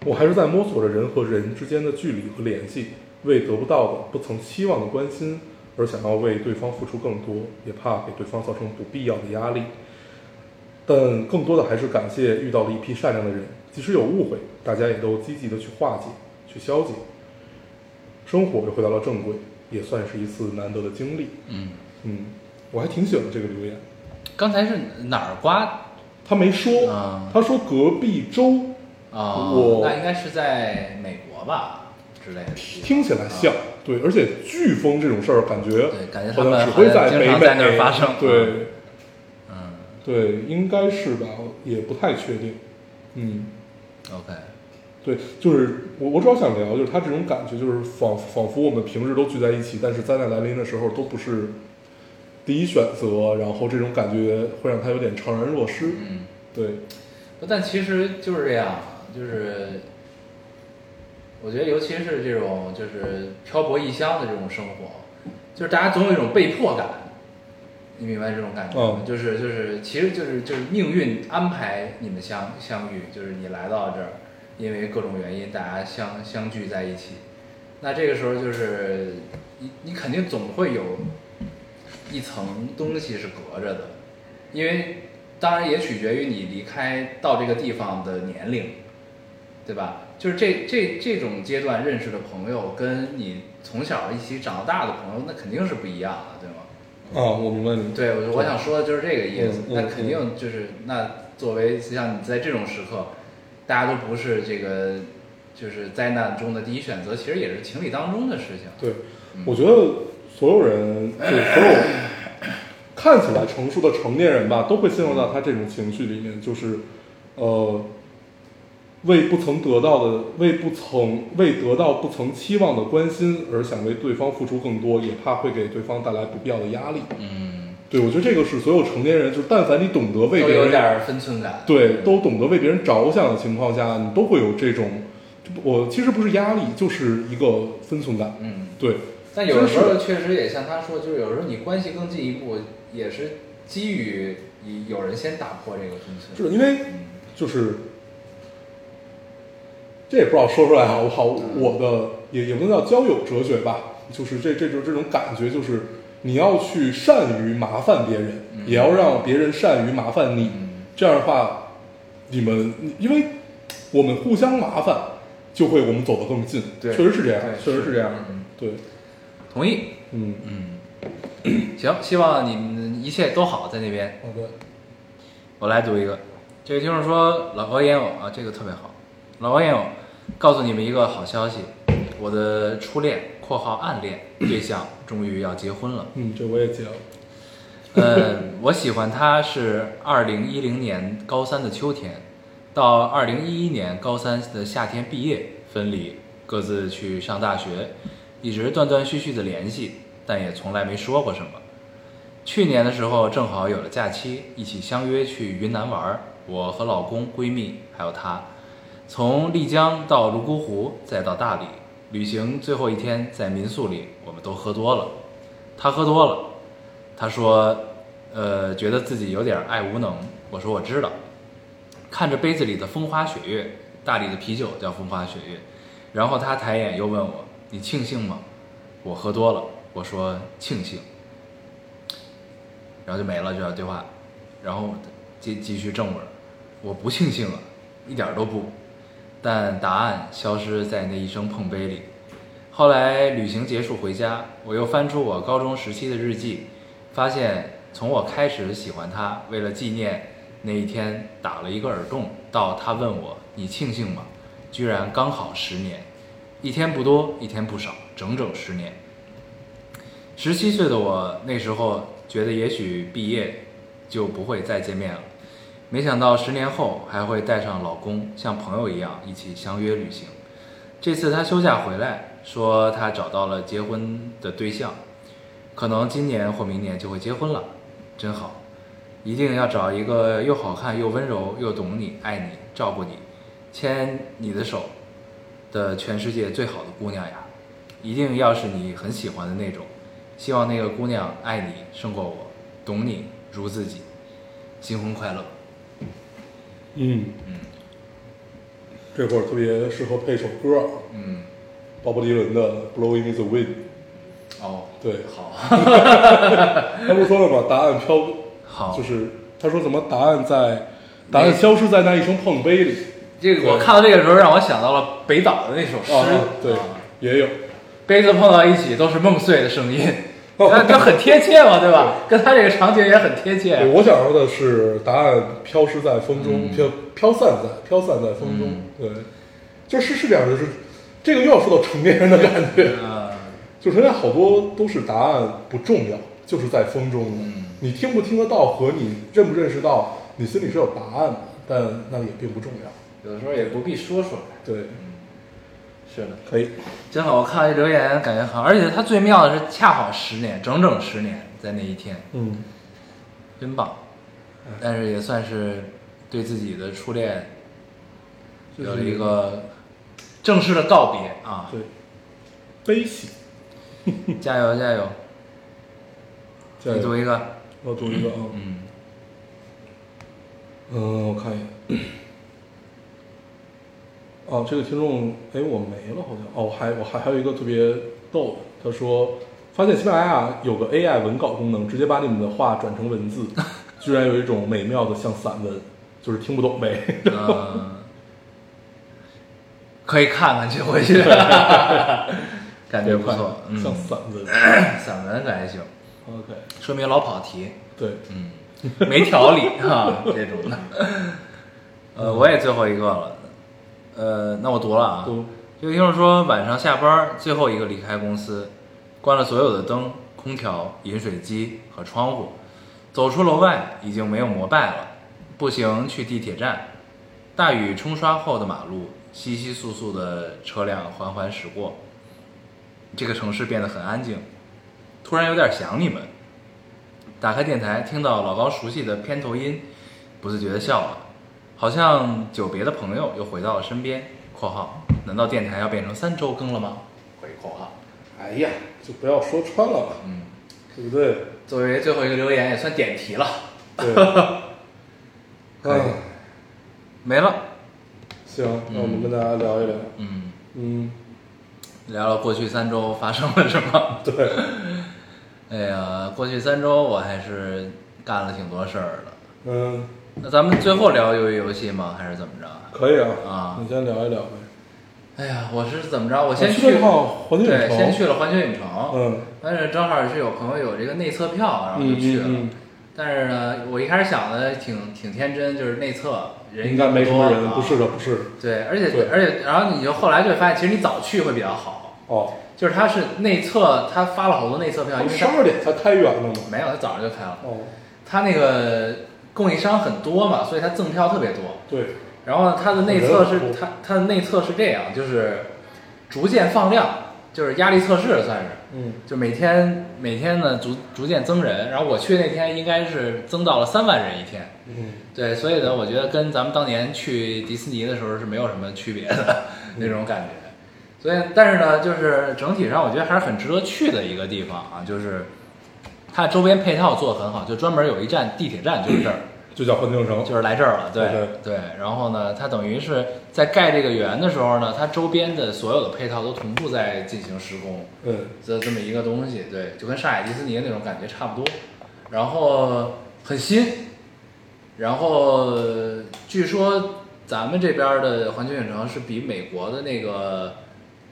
B: 我还是在摸索着人和人之间的距离和联系，为得不到的、不曾期望的关心而想要为对方付出更多，也怕给对方造成不必要的压力。但更多的还是感谢遇到了一批善良的人，即使有误会，大家也都积极的去化解、去消解。生活又回到了正轨，也算是一次难得的经历。
A: 嗯，
B: 嗯，我还挺喜欢这个留言。
A: 刚才是哪儿刮
B: 他没说，
A: 啊
B: 他说隔壁州
A: 啊？
B: 我
A: 那应该是在美国吧之类的地方。
B: 听起来像、对，而且飓风这种事儿，感觉
A: 对感觉他
B: 好
A: 们
B: 像只会
A: 好像
B: 在
A: 经
B: 北
A: 常
B: 美
A: 在那儿发生
B: 对，
A: 嗯
B: 对，应该是吧，也不太确定。嗯，
A: ，OK，
B: 对，就是我我主要想聊，就是他这种感觉，就是仿仿佛我们平时都聚在一起，但是灾难来临的时候都不是第一选择，然后这种感觉会让他有点怅然若失。
A: 嗯，
B: 对，
A: 不但其实就是这样，就是我觉得尤其是这种就是漂泊异乡的这种生活，就是大家总有一种被迫感。你明白这种感觉吗？
B: 嗯
A: 就是就是，其实就是就是命运安排你们相相遇，就是你来到这儿，因为各种原因大家相相聚在一起。那这个时候就是你你肯定总会有一层东西是隔着的，因为当然也取决于你离开到这个地方的年龄，对吧？就是这这这种阶段认识的朋友，跟你从小一起长大的朋友，那肯定是不一样的，对吗？
B: 啊，我明白你。
A: 对，我我想说的就是这个意思
B: 嗯。嗯
A: 那肯定就是那作为像你在这种时刻，大家都不是这个就是灾难中的第一选择，其实也是情理当中的事情。
B: 对，我觉得所有人，就是所有看起来成熟的成年人吧，都会陷入到他这种情绪里面，就是，呃，为不曾得到的，为不曾为得到不曾期望的关心而想为对方付出更多，也怕会给对方带来不必要的压力。
A: 嗯，
B: 对，我觉得这个是所有成年人，就是但凡你懂得
A: 都
B: 为别
A: 有
B: 人
A: 点儿分寸感。
B: 对，都懂得为别人着想的情况下，你都会有这种，我其实不是压力，就是一个分寸感。
A: 嗯，
B: 对，
A: 但有的时候确实也像他说，就是有时候你关系更进一步，也是基于你有人先打破这个分寸。
B: 是因为
A: 嗯
B: 就是这也不知道说出来好不好，我的也也不能叫交友哲学吧，就是这这就是这种感觉，就是你要去善于麻烦别人，
A: 嗯
B: 也要让别人善于麻烦你，
A: 嗯
B: 这样的话，你们因为我们互相麻烦，就会我们走得更近，
A: 对
B: 确实是这样，
A: 对
B: 确实是这样
A: 是嗯，
B: 对，
A: 同意。
B: 嗯，
A: 嗯，行，希望你们一切都好在那边。
B: 好的，
A: 我来读一个，这位听众说：“老高烟友啊，这个特别好。老高烟友，告诉你们一个好消息，我的初恋（括号暗恋）对象终于要结婚了。
B: 嗯，这我也接了，
A: 嗯，我喜欢他是二零一零年高三的秋天，到二零一一年高三的夏天毕业分离，各自去上大学，一直断断续续的联系，但也从来没说过什么。去年的时候正好有了假期，一起相约去云南玩儿，我和老公、闺蜜还有她，从丽江到泸沽湖，再到大理，旅行最后一天在民宿里，我们都喝多了，她喝多了。他说，呃，觉得自己有点爱无能。我说我知道。看着杯子里的风花雪月，大理的啤酒叫风花雪月。然后他抬眼又问我：“你庆幸吗？”我喝多了，我说庆幸。然后就没了这段对话，然后继继续正文，我不庆幸啊，一点儿都不，但答案消失在那一声碰杯里。后来旅行结束回家，我又翻出我高中时期的日记，发现从我开始喜欢他，为了纪念那一天打了一个耳洞，到他问我你庆幸吗？居然刚好十年，一天不多，一天不少，整整十年。十七岁的我那时候觉得也许毕业就不会再见面了，没想到十年后还会带上老公，像朋友一样一起相约旅行。这次她休假回来，说她找到了结婚的对象，可能今年或明年就会结婚了，真好。一定要找一个又好看又温柔又懂你、爱你、照顾你、牵你的手的全世界最好的姑娘呀！一定要是你很喜欢的那种。希望那个姑娘爱你胜过我，懂你如自己。新婚快乐！
B: 嗯，这会儿特别适合配一首歌啊，
A: 嗯，
B: 鲍勃迪伦的《Blowing in the Wind》。
A: 哦，
B: 对，
A: 好，
B: 他不是说了吗？答案飘，
A: 好
B: 就是他说怎么答案在，答案消失在那一声碰杯里。
A: 这个我看到这个时候，让我想到了北岛的那首诗，
B: 啊，对
A: 啊，
B: 也有。
A: 杯子碰到一起都是梦碎的声音，那就很贴切嘛，对吧？跟他这个场景也很贴
B: 对嗯
A: 切。
B: 我想说的是，答案飘失在风中，飘飘散在飘散在风中。对，就是是这样，就是这个又要说到成年人的感觉，
A: 嗯，
B: 就是人家好多都是答案不重要，就是在风中的。你听不听得到和你认不认识到，你心里是有答案的，但那也并不重要。
A: 有的时候也不必说出来。
B: 对，
A: 是的，
B: 嗯可以。
A: 真好，我看到这留言感觉好，而且他最妙的是恰好十年，整整十年在那一天。
B: 嗯，
A: 真棒，但是也算是对自己的初恋有了一个正式的告别啊！
B: 对，悲喜。
A: 加油加油！
B: 加
A: 你读
B: 油！
A: 一个，
B: 我读一个啊。
A: 嗯，
B: 嗯，我看一眼。哦，这个听众，哎，我没了，好像。哦，我还我还还有一个特别逗的，他说发现喜马拉雅啊有个 AI 文稿功能，直接把你们的话转成文 字，居然有一种美妙的像散文，就是听不懂呗。
A: 呃，可以看看去回去， 感觉不错，嗯，
B: 像散 文。
A: 散文感觉行，
B: OK，
A: 说明老跑题，
B: 对，
A: 嗯，没条理啊，这种的。呃，我也最后一个了，呃，那我读了啊，
B: 都
A: 有听众说，晚上下班儿最后一个离开公司，关了所有的灯、空调、饮水机和窗户，走出楼外已经没有摩拜了，步行去地铁站。大雨冲刷后的马路，稀稀簌簌的车辆缓缓驶过。这个城市变得很安静，突然有点想你们。打开电台，听到老高熟悉的片头音，不自觉的笑了，好像久别的朋友又回到了身边。（括号）难道电台要变成三周更了吗？回括号。
B: 哎呀，就不要说穿了吧，
A: 嗯，
B: 对不对？
A: 作为最后一个留言也算点题了，
B: 对。
A: 可以
B: 哎
A: 没了。
B: 行，那我们跟大家聊一聊。
A: 嗯，
B: 嗯，
A: 聊聊过去三周发生了什 么。
B: 嗯对，
A: 哎呀，过去三周我还是干了挺多事儿的。
B: 嗯，
A: 那咱们最后聊鱿鱼游戏吗？还是怎么着啊？
B: 可以啊。
A: 啊
B: 你先聊一聊呗。啊
A: 哎呀，我哦是怎么着？我先
B: 去
A: 去
B: 了趟环球影
A: 对，
B: 城
A: 先去了环球影城。
B: 嗯，
A: 但是正好是有朋友有这个内测票，然后
B: 嗯
A: 就啊去了。
B: 嗯嗯
A: 但是呢，我一开始想的挺挺天真，就是内测人
B: 应该没什么
A: 多
B: 人，
A: 啊
B: 不是的，不是的。
A: 对，而且
B: 对
A: 而且，然后你就后来就发现，其实你早去会比较好。
B: 哦，
A: 就是他是内测，他发了好多内测啊票，因为
B: 十
A: 他
B: 二点才开园呢嘛。
A: 没有，他早上就开了。
B: 哦，
A: 他那个供应商很多嘛，所以他赠票特别多。
B: 对，
A: 然后呢，它的内测是
B: 很多
A: 它它的内测是这样，就是逐渐放量，就是压力测试算是。
B: 嗯，
A: 就每天每天呢逐逐渐增人，然后我去那天应该是增到了三万人一天，
B: 嗯，
A: 对，所以呢，我觉得跟咱们当年去迪士尼的时候是没有什么区别的那种感觉，所以但是呢，就是整体上我觉得还是很值得去的一个地方啊，就是它周边配套做得很好，就专门有一站地铁站就是这儿，
B: 就叫环球影城，
A: 就是来这儿了，对
B: OK
A: 对。然后呢，它等于是在盖这个园的时候呢，它周边的所有的配套都同步在进行施工，
B: 嗯，
A: 这这么一个东西，对，就跟上海迪士尼那种感觉差不多。然后很新，然后呃据说咱们这边的环球影城是比美国的那个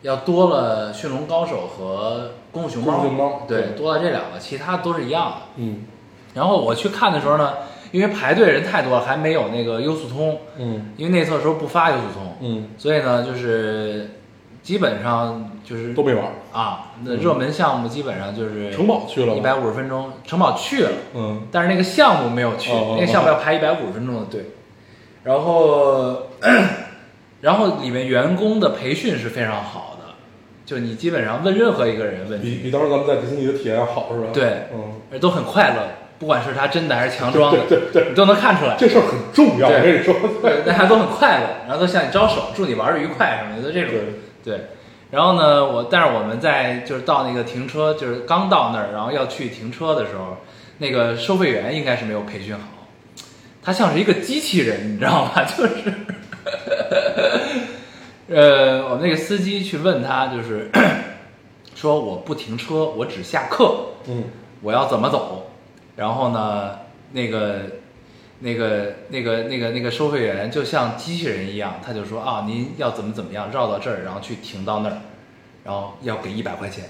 A: 要多了《驯龙高手》和《功夫熊猫》，
B: 功夫熊猫
A: 对，
B: 对
A: 多了这两个，其他都是一样的。
B: 嗯
A: 然后我去看的时候呢，因为排队人太多了，还没有那个优速通，
B: 嗯
A: 因为内测的时候不发优速通，
B: 嗯，
A: 所以呢，就是基本上就是
B: 都没玩儿。
A: 啊，那热门项目基本上就是
B: 城堡去了
A: 一
B: 吗？
A: 百五十分钟，城堡去了，
B: 嗯
A: 但是那个项目没有去，
B: 哦哦哦
A: 那个项目要排一百五十分钟的队，然后然后里面员工的培训是非常好的，就你基本上问任何一个人问
B: 比
A: 题，
B: 比当时咱们在迪士尼的体验要好是吧？
A: 对
B: 嗯，
A: 而都很快乐，不管是他真的还是强装的，
B: 对对对
A: 你都能看出来。
B: 这事儿很重要，
A: 对
B: 我跟你说，
A: 对，大家都很快乐，然后都向你招手，祝你玩的愉快什么的，就这种。对然后呢，我但是我们在就是到那个停车，就是刚到那儿，然后要去停车的时候，那个收费员应该是没有培训好，他像是一个机器人，你知道吗？ 就是，呃，我们那个司机去问他，就是 说我不停车，我只下课。
B: 嗯
A: 我要怎么走，然后呢，那个、那个、那个、那个、那个收费员就像机器人一样，他就说啊，您要怎么怎么样，绕到这儿，然后去停到那儿，然后要给一百块钱，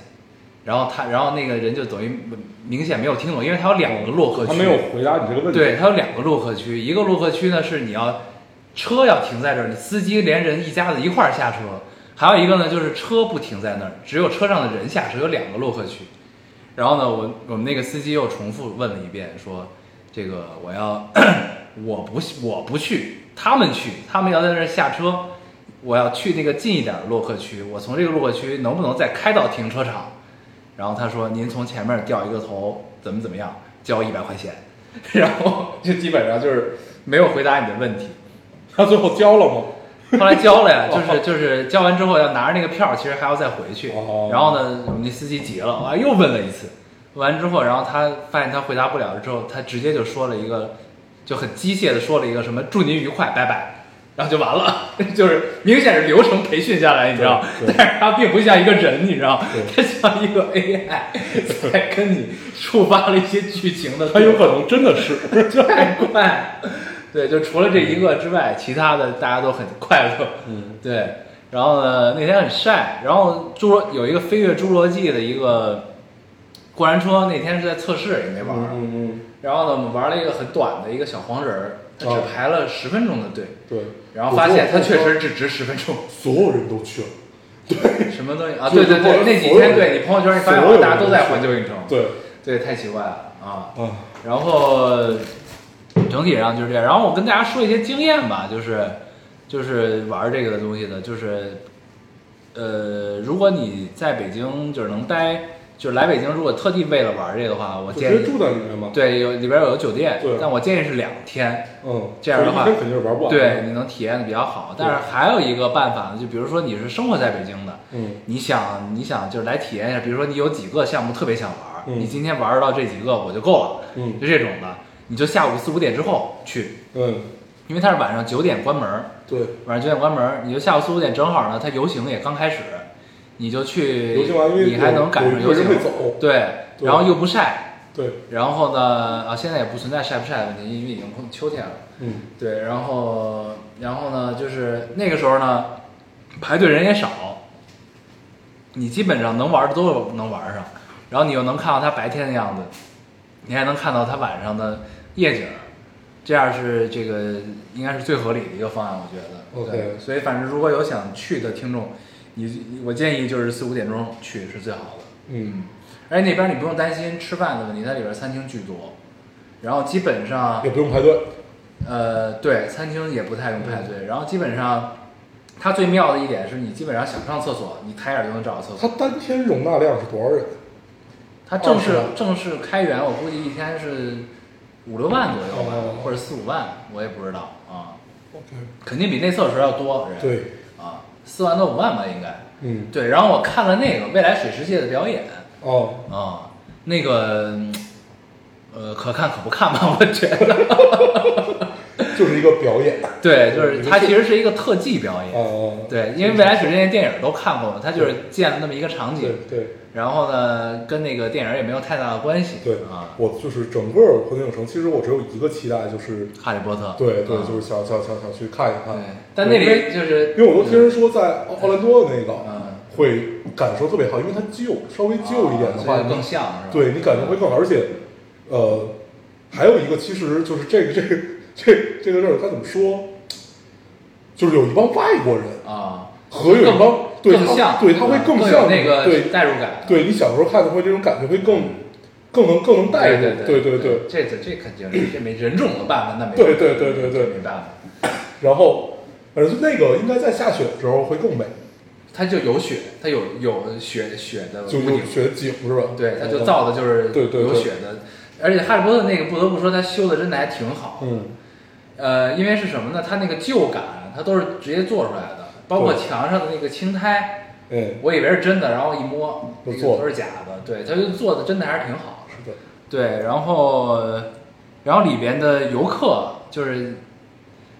A: 然后他，然后那个人就等于明显没有听懂，因为他有两个落客区，
B: 哦他没有回答你这个问题。
A: 对，它有两个落客区，一个落客区呢是你要车要停在这儿，你司机连人一家子一块儿下车；还有一个呢就是车不停在那儿，只有车上的人下车，有两个落客区。然后呢，我我们那个司机又重复问了一遍，说这个我要 我不我不去，他们去，他们要在那儿下车，我要去那个近一点的落客区，我从这个落客区能不能再开到停车场？然后他说您从前面掉一个头，怎么怎么样，交一百块钱， 然后就基本上就是没有回答你的问题。
B: 他最后交了吗？
A: 后来交了呀，就是就是交完之后要拿着那个票，其实还要再回去
B: 哦。
A: 然后呢，我们那司机急了，啊，又问了一次，问完之后，然后他发现他回答不了之后，他直接就说了一个，就很机械的说了一个什么“祝您愉快，拜拜”，然后就完了， 就是明显是流程培训下来，你知道
B: 对，对
A: 但是他并不像一个人，你知道，他
B: 对
A: 像一个 AI 在跟你触发了一些剧情的，
B: 他有可能真的是，
A: 太快。 对，就除了这一个之外，其他的大家都很快乐。
B: 嗯，
A: 对。然后呢，那天很晒，然后侏罗有一个飞跃侏罗纪的一个过山车，那天是在测试也没玩儿。
B: 嗯
A: 然后呢，我们玩了一个很短的一个小黄人儿，他只
B: 哦
A: 排了十分钟的队，
B: 嗯，对。
A: 然后发现他确实只值十 分钟。
B: 所有人都去了，
A: 什么东西啊？
B: 就
A: 对
B: 是
A: 对对，
B: 我
A: 那几
B: 所有
A: 天
B: 人
A: 对你朋友圈你发现
B: 所有
A: 大家都
B: 人
A: 在
B: 去
A: 环球影城。
B: 对
A: 对，太奇怪了啊！
B: 啊，
A: 然后整体上就是这样。然后我跟大家说一些经验吧，就是就是玩这个的东西的，就是呃，如果你在北京就是能待，就是来北京，如果特地为了玩这个的话，我
B: 我直
A: 建
B: 接
A: 议
B: 住在里面嘛，
A: 对有里边有酒店
B: 对，
A: 但我建议是两天，
B: 嗯，
A: 这样的话
B: 所以一天肯定是玩不完，
A: 对，你能体验的比较好。但是还有一个办法呢，就比如说你是生活在北京的，
B: 嗯
A: 你想，你想就是来体验一下，比如说你有几个项目特别想玩，
B: 嗯
A: 你今天玩到这几个我就够了，
B: 嗯
A: 就这种的，你就下午四五点之后去，
B: 嗯，
A: 因为它是晚上九点关门，
B: 对，
A: 晚上九点关门，你就下午四五点正好呢，它游行也刚开始，你就去，
B: 游行完因为
A: 你还能赶上
B: 有
A: 游
B: 有一
A: 行
B: 个人会走，
A: 对，
B: 对
A: 然后又不晒，
B: 对，
A: 然后呢，啊，现在也不存在晒不晒的问题，因为已经秋天了。
B: 嗯
A: 对，然后然后呢，就是那个时候呢，排队人也少，你基本上能玩的都能玩上，然后你又能看到它白天的样子，你还能看到它晚上的夜景，这样是这个应该是最合理的一个方案，我觉得。
B: OK
A: 对所以反正如果有想去的听众，你我建议就是四五点钟去是最好的。
B: 嗯，
A: 而且那边你不用担心吃饭的问题，它里边餐厅巨多，然后基本上
B: 也不用排队，
A: 呃，对，餐厅也不太用排队，然后基本上，它最妙的一点是你基本上想上厕所，你抬眼就能找到厕
B: 它
A: 所。
B: 当天容纳量是多少人？
A: 它正
B: 哦是
A: 式
B: 吗
A: 正式开园，我估计一天是五六万左右
B: 哦
A: 吧，或者四五万，我也不知道啊，
B: OK，
A: 肯定比内测时候要多人。
B: 对，
A: 啊，四万到五万吧，应该。
B: 嗯，
A: 对，然后我看了那个未来水世界的表演
B: 哦，
A: 啊，那个嗯呃，可看可不看吧，我觉得。
B: 就是一个表演。啊
A: 对，就是它其实是一个特技表演。
B: 哦，
A: 对，因为未来曲这些电影都看过嘛，它就是建了那么一个场景
B: 对，对
A: 然后呢，跟那个电影也没有太大的关系。
B: 对
A: 啊，，
B: 我就是整个环球影城，其实我只有一个期待，就是
A: 哈利波特。
B: 对对
A: 啊，
B: 就是想想想想去看一
A: 对
B: 看。
A: 但那
B: 因为
A: 里就是
B: 因为我都听人说在奥奥兰多那个
A: 嗯
B: 会感受特别好，因为它旧，稍微旧一点的
A: 啊所
B: 话，
A: 以就
B: 你
A: 更像是吧？
B: 对你感觉会更好，而且，呃，还有一个其实就是这个这 个这这个事儿该怎么说，就是有一帮外国人
A: 啊，
B: 和有一帮对
A: 更像，
B: 他对他会
A: 啊
B: 更
A: 有
B: 像
A: 那个
B: 对
A: 代入感。
B: 对你小时候看的会这种感觉会更更能更能带入
A: 对嗯
B: 对
A: 对，对
B: 对，
A: 这这这肯定是这没人种的办法，那没
B: 对对对对对
A: 没办法，
B: 然后反正就那个应该在下雪的时候会更美，
A: 它就有雪，它有有雪雪的屋
B: 就
A: 顶
B: 有，雪景是吧？
A: 对，它就造的就是
B: 对对对
A: 有雪的，而且哈利波特那个不得不说，它修的真的还挺好，
B: 嗯，
A: 呃，因为是什么呢？它那个旧感，它都是直接做出来的，包括
B: 对
A: 墙上的那个青苔，
B: 嗯嗯，
A: 我以为是真的，然后一摸，
B: 都
A: 那个
B: 做
A: 都是假的，对，它就做的真的还是挺好的，
B: 是的，
A: 对，然后然后里边的游客就是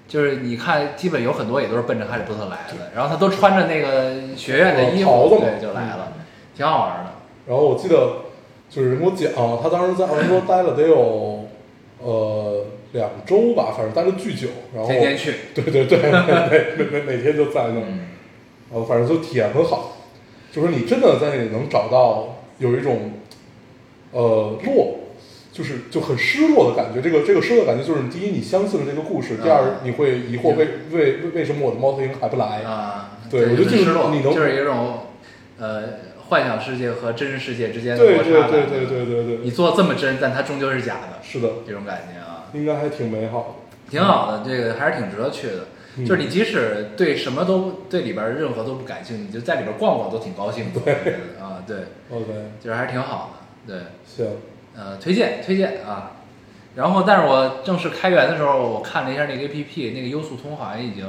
A: 就是你看，基本有很多也都是奔着哈利波特来的，然后他都穿着那个学院的衣
B: 哦袍
A: 服，
B: 子嘛嗯
A: 对，就来了，挺好玩的
B: 然后我记得就是人给我讲，他当时在澳门多待了得有呃两周吧，反正待了巨久，然后。
A: 天天去，
B: 对对对，每每每每天都在那儿，
A: 嗯，
B: 呃，反正就体验很好，就是你真的在那里能找到有一种，呃，落，就是就很失落的感觉。这个这个失落的感觉就是，第一，你相信了这个故事；，第二
A: 啊，
B: 你会疑惑为为为为什么我的猫头鹰还不来？
A: 啊，
B: 对我觉得
A: 很
B: 就是
A: 失落，
B: 你能
A: 就是有一种呃幻想世界和真实世界之间的
B: 对
A: 摩
B: 对
A: 擦感，
B: 对对对对对，
A: 你做这么真，但它终究是假的，
B: 是的，
A: 这种感觉啊，
B: 应该还挺美好
A: 挺好的，这个还是挺值得去的。
B: 嗯
A: 就是你即使对什么都对里边任何都不感兴趣，你就在里边逛逛都挺高兴的，我觉得啊，对，
B: 的。OK，
A: 就是还是挺好的，对，
B: 行，
A: 呃，推荐推荐啊。然后，但是我正式开源的时候，我看了一下那个 A P P，那个优速通好像已经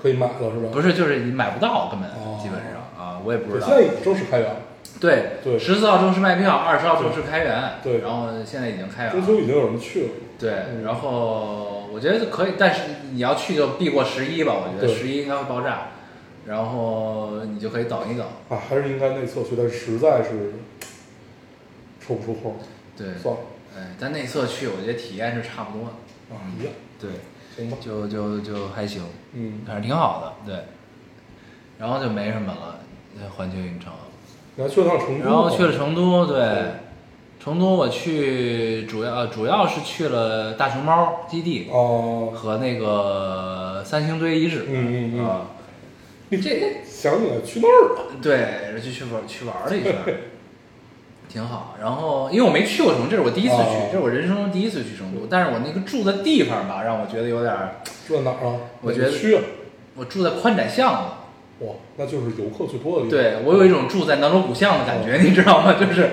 B: 可以买了是吧？
A: 不是，就是你买不到，根本
B: 哦
A: 基本上啊，我也不
B: 对，
A: 知道
B: 现。在已经正式开园了，
A: 对
B: 对
A: 十四号正式卖票，二十号正式开园，
B: 对
A: 然后现在已经开园
B: 中
A: 了，啊
B: 秋已经有人去了。
A: 对
B: 嗯，
A: 然后我觉得可以，但是你要去就避过十一吧，我觉得
B: 对
A: 十一应该会爆炸，然后你就可以等一等，
B: 啊，还是应该内测去，但是实在是 抽不出空，
A: 对，
B: 算了
A: 哎，但内测去，我觉得体验是差不多的，
B: 啊，一样，
A: 对，
B: 行吧，
A: 就就就还行，
B: 嗯，
A: 反正挺好的，对，然后就没什么了，呃环球影城，
B: 你还去了趟成都，
A: 然后去了，成都，对
B: 哦对，
A: 成都我去主要呃主要是去了大熊猫基地，
B: 哦、
A: 和那个三星堆遗址，
B: 嗯嗯嗯
A: 啊，
B: 你
A: 这
B: 想起来去那儿了，
A: 对，就去玩去玩了一圈， 挺好。然后因为我没去过成都，这是我第一次去，
B: 哦
A: 这是我人生中第一次去成都。但是我那个住的地方吧，让我觉得有点儿，
B: 住在哪儿啊？
A: 我觉得
B: 哪个区啊，
A: 我住在宽窄巷子，
B: 哇，那就是游客最多的地方，
A: 对我有一种住在南锣鼓巷的感觉，
B: 嗯
A: 你知道吗？就是，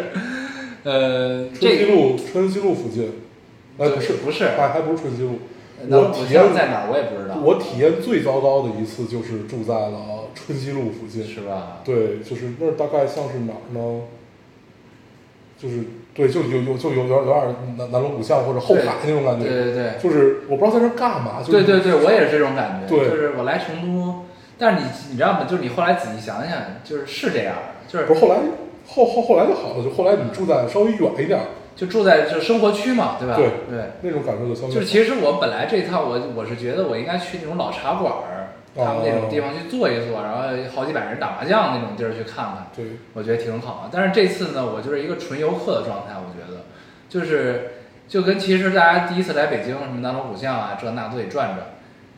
A: 呃，
B: 春熙
A: 这
B: 路，春熙路附近，哎，
A: 对
B: 不是，
A: 不是
B: 还还不是春熙路，
A: 南锣
B: 我
A: 鼓
B: 体
A: 巷在
B: 验，
A: 哪儿我也不知道，
B: 我体验最糟糕的一次就是住在了春熙路附近，
A: 是吧？
B: 对，就是那儿大概像是哪儿呢？就是对，就有有就有有点有点南南锣鼓巷或者后海那种感
A: 对
B: 觉，
A: 对对，
B: 就是我不知道在那儿干嘛，就是
A: 对对对，我也是这种感觉，
B: 对
A: 就是我来成都，但是你你知道吗？就是你后来仔细想想，就是是这样的，就是
B: 不是后来后后后来就好了，就后来你住在稍微远一点儿，
A: 就住在就生活区嘛，对吧？
B: 对
A: 对，
B: 那种感受就相对
A: 就是其实我本来这一趟我我是觉得我应该去那种老茶馆儿，他们那种地方去坐一坐，然后好几百人打麻将那种地儿去看看，
B: 对
A: 我觉得挺好。但是这次呢，我就是一个纯游客的状态，我觉得就是就跟其实大家第一次来北京，什么南锣鼓巷啊，这那都得转转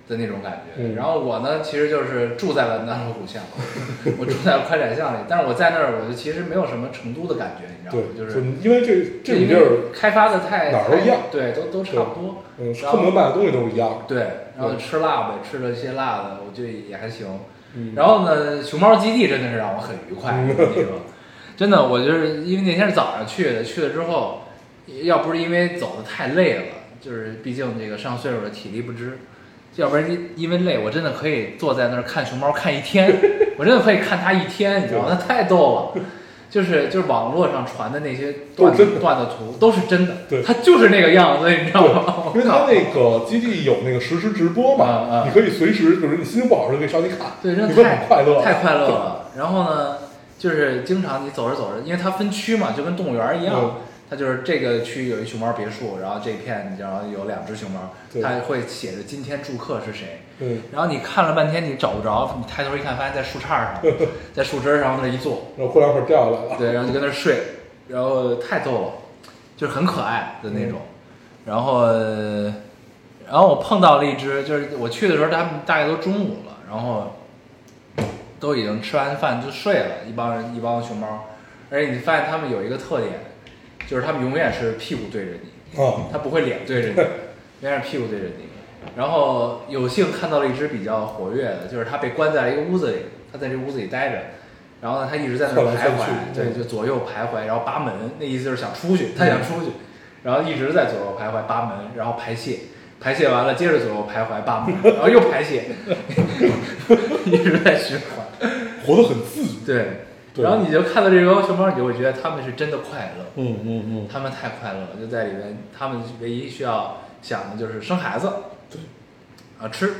A: 的那种感觉。
B: 嗯
A: 然后我呢，其实就是住在了南锣鼓巷， 我住在了宽窄巷里，但是我在那儿，我就其实没有什么成都的感觉，你知道吗？
B: 对，
A: 就是
B: 你因为这这种
A: 因
B: 地儿，
A: 为开发的太
B: 哪儿都一样
A: 太对，都都差不多。
B: 嗯，恨
A: 然后
B: 不得卖的东西都一样，
A: 对，然后吃辣呗，吃了一些辣的，我觉得也还行。
B: 嗯，
A: 然后呢，熊猫基地真的是让我很 愉快，我跟你说，真的，我就是因为那天是早上去的，去了之后，要不是因为走的太累了，就是毕竟这个上岁数了，体力不支，要不然因因为累，我真的 可以坐在那儿看熊猫看一天，我真的可以看它一天，你知道吗？它太逗了，就是就是网络上传的那些
B: 都
A: 段
B: 是真
A: 子
B: 的
A: 段子图都是真的，
B: 对
A: 它就是那个样子， 你知道吗？
B: 因为它那个基地有那个实时直播
A: 嗯
B: 嘛，
A: 嗯
B: 你可以随时，就是你心情不好的时候可以上去看，
A: 对，真
B: 你
A: 的
B: 会
A: 太
B: 很快乐，
A: 太快乐了。然后呢，就是经常你走着走着，因为它分区嘛，就跟动物园一样，
B: 嗯
A: 它就是这个区有一熊猫别墅，然后这片然后有两只熊猫，
B: 对
A: 它会写着今天住客是谁。
B: 对。嗯，
A: 然后你看了半天，你找不着，你抬头一看，发现在树 杈上，在树枝上那一坐，
B: 然后过两会儿掉下来了，
A: 对，然后就跟那儿睡，然后太逗了，就是很可爱的那种。然后，呃然后我碰到了一只，就是我去的时候，他们大概都中午了，然后都已经吃完饭就睡了，一帮人一帮熊猫。而且你发现它们有一个特点，就是它们永远是屁股对着你，
B: 啊，
A: 它不会脸对着你， 永远是屁股对着你。然后有幸看到了一只比较活跃的，就是它被关在了一个屋子里，它在这屋子里待着，然后呢，它一直在那儿
B: 窜来
A: 徘
B: 窜
A: 徊
B: 去，
A: 对，
B: 嗯
A: 就左右徘徊，然后扒门，那意思就是想出去，它想出去，然后一直在左右徘徊扒门，然后排泄。排泄完了，接着左右徘徊扒 门，然后又排泄， 一直在循环。
B: 活得很自由，
A: 对，
B: 对
A: 然后你就看到这帮熊猫，你就会觉得它们是真的快乐。
B: 嗯嗯嗯，
A: 他们太快乐了，就在里面，他们唯一需要想的就是生孩子，
B: 对，
A: 啊吃，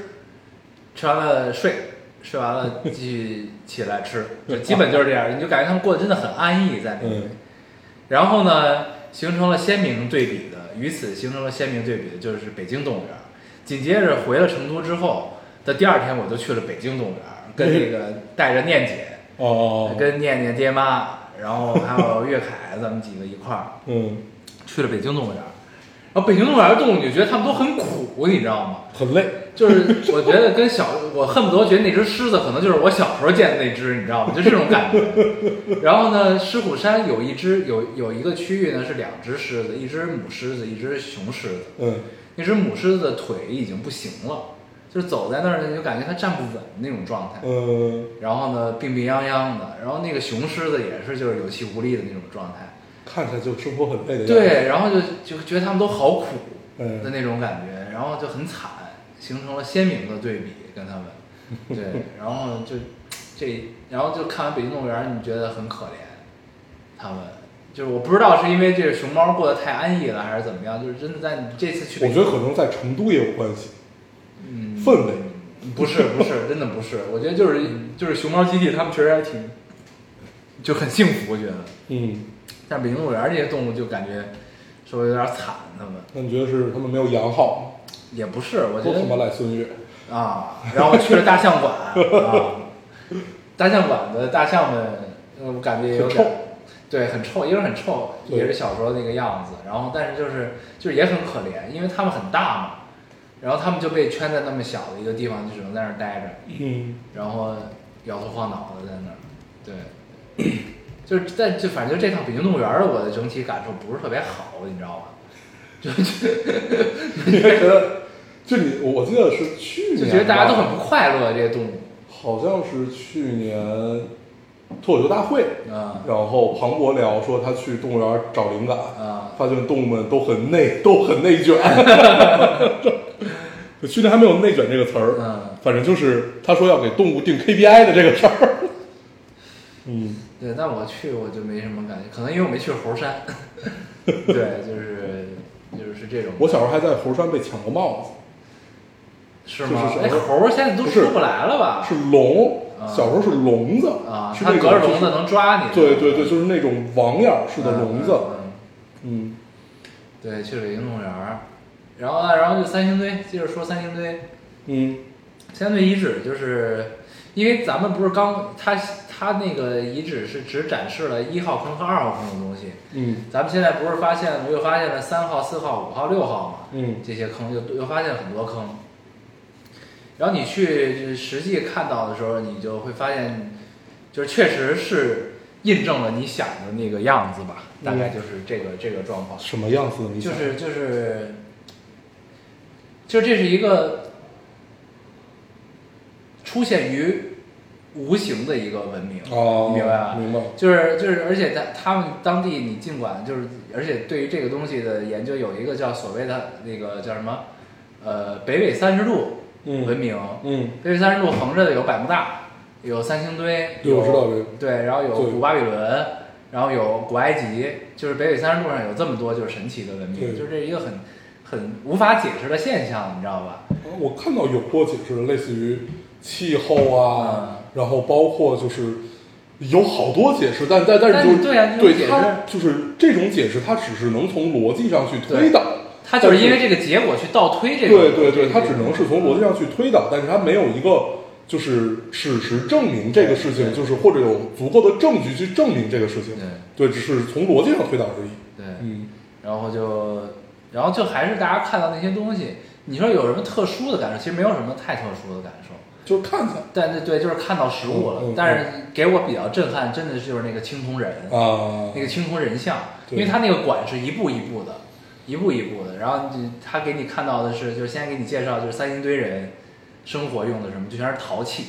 A: 吃完了睡，睡完了继续起来 吃，就基本就是这样，你就感觉他们过得真的很安逸在那里面。
B: 嗯
A: 然后呢，形成了鲜明对比的，与此形成了鲜明对比的就是北京动物园儿。紧接着回了成都之后的第二天，我就去了北京动物园儿，跟那个带着念姐、
B: 哦，
A: 跟念念爹妈，然后还有岳凯，咱们几个一块儿。
B: 嗯，
A: 去了北京动物园儿，然后北京动物园儿的动物，你就觉得它们都很苦，你知道吗？
B: 很累，
A: 就是我觉得跟小，我恨不得觉得那只狮子可能就是我小时候见的那只，你知道吗？就这种感觉。然后呢，狮虎山有一只有有一个区域呢是两只狮子，一只母狮子，一只雄狮子。
B: 嗯，
A: 那只母狮子的腿已经不行了，就是走在那儿呢，就感觉它站不稳那种状态。
B: 嗯，
A: 然后呢，病病殃殃的。然后那个雄狮子也是就是有气无力的那种状态。
B: 看起来就生活很累的样子，
A: 对，然后就就觉得他们都好苦
B: 嗯
A: 的那种感觉，然后就很惨，形成了鲜明的对比跟 他们。对，然后就这，然后就看完《北京动物园儿》，你觉得很可怜，他们就是我不知道是因为这个熊猫过得太安逸了，还是怎么样，就是真的在你这次去北
B: 我
A: 京，
B: 觉得可能在成都也有关系，
A: 嗯
B: 氛围，
A: 不是不是，真的不是，我觉得就是就是熊猫基地，他们确实还挺就很幸福，我觉得，
B: 嗯，
A: 但北京动物园儿这些动物就感觉稍微有点惨，他们。
B: 那你觉得是他们没有养好吗？
A: 也不是，我觉
B: 都他妈
A: 得
B: 赖孙悦，
A: 啊，然后去了大象馆 啊，大象馆的大象们，呃我感觉有
B: 很臭
A: 点，对，很臭，也是很臭，
B: 对
A: 也是小时候那个样子。然后，但是就是就是也很可怜，因为他们很大嘛，然后他们就被圈在那么小的一个地方，就只能在那儿待着，
B: 嗯，
A: 然后摇头晃脑的在那儿，对。 就是但就反正就这趟北京动物园儿，我的整体感受不是特别好，你知道吗？就
B: 你还觉得，就你，我我记得是去年吧，
A: 就觉得大家都很不快乐，这些动物。
B: 好像是去年脱口秀大会，
A: 啊
B: 然后庞博聊说他去动物园找灵感，
A: 啊
B: 发现动物们都很内，都很内 卷。就去年还没有“内卷”这个词儿，
A: 嗯，
B: 反正就是他说要给动物定 KPI 的这个事儿。嗯，
A: 对，但我去我就没什么感觉，可能因为我没去猴山。 对，就是就是这种，
B: 我小时候还在猴山被抢过帽子，
A: 是吗
B: 是？是
A: 哎，
B: 是
A: 猴儿现在都
B: 不是
A: 出不来了吧？
B: 是龙，
A: 啊
B: 小时候是笼子
A: 啊，
B: 是
A: 它
B: 那
A: 隔着
B: 种
A: 笼子能抓你。
B: 对对对，就是那种网眼儿式的笼子。
A: 嗯嗯嗯
B: 嗯，
A: 对，去北京动物园儿，然后呢，然后就三星堆，接着说三星堆。
B: 嗯，
A: 三星堆遗址就是，因为咱们不是刚它它那个遗址是只展示了一号坑和二号坑的东西，
B: 嗯
A: 咱们现在不是发现了又发现了三号、四号、五号、六号嘛？
B: 嗯
A: 这些坑又又发现很多坑。然后你去实际看到的时候，你就会发现，就是确实是印证了你想的那个样子吧，
B: 嗯
A: 大概就是这个这个状况，
B: 什么样子的理
A: 就
B: 想？
A: 是就是，就这是一个出现于无形的一个文明，
B: 哦，
A: 你明白吧？
B: 明白。
A: 就是就是，而且他他们当地你尽管就是，而且对于这个东西的研究有一个叫所谓的那个叫什么，呃，北纬三十度
B: 嗯
A: 文明，
B: 嗯
A: 北纬三十度横着的有百慕大，有三星堆，
B: 对我知道这个
A: 对，然后有
B: 对
A: 古巴比伦，然后有古埃及，就是北纬三十度上有这么多就是神奇的文明，
B: 对
A: 就是这一个很很无法解释的现象，你知道吧？
B: 呃我看到有过解释的，类似于气候
A: 嗯
B: 啊，然后包括就是有好多解释，但但但
A: 但
B: 是就是
A: 对啊这种解释
B: 它就是这种解释，它只是能从逻辑上去推导，
A: 它就是因为
B: 但
A: 这个结果去倒推这个，
B: 对对对，它只能是从逻
A: 辑。
B: 辑上去推导，但是它没有一个就是事实证明这个事情，就是或者有足够的证据去证明这个事情，对，只是从逻辑上推导而已。
A: 对，
B: 嗯，
A: 然后就，然后就还是大家看到那些东西，你说有什么特殊的感受？其实没有什么太特殊的感受，
B: 就是看看
A: 但对对，就是看到实物了。
B: 嗯嗯
A: 但是给我比较震撼，真的是就是那个青铜人，
B: 啊，
A: 那个青铜人像，因
B: 对
A: 为他那个馆是一步一步的，一步一步的，然后你他给你看到的是，就是先给你介绍就是三星堆人生活用的什么，就全是陶器。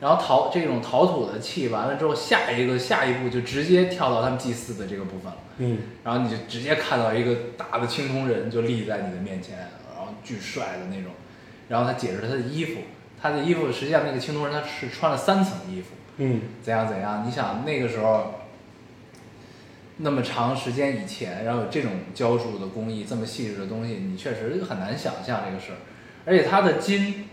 A: 然后陶这种陶土的器完了之后，下一个下一步就直接跳到他们祭祀的这个部分了。
B: 嗯，
A: 然后你就直接看到一个大的青铜人就立在你的面前，然后巨帅的那种。然后他解释他的衣服，他的衣服实际上那个青铜人他是穿了三层衣服，
B: 嗯
A: 怎样怎样。你想那个时候那么长时间以前，然后有这种浇铸的工艺，这么细致的东西，你确实很难想象这个事儿。而且它的金，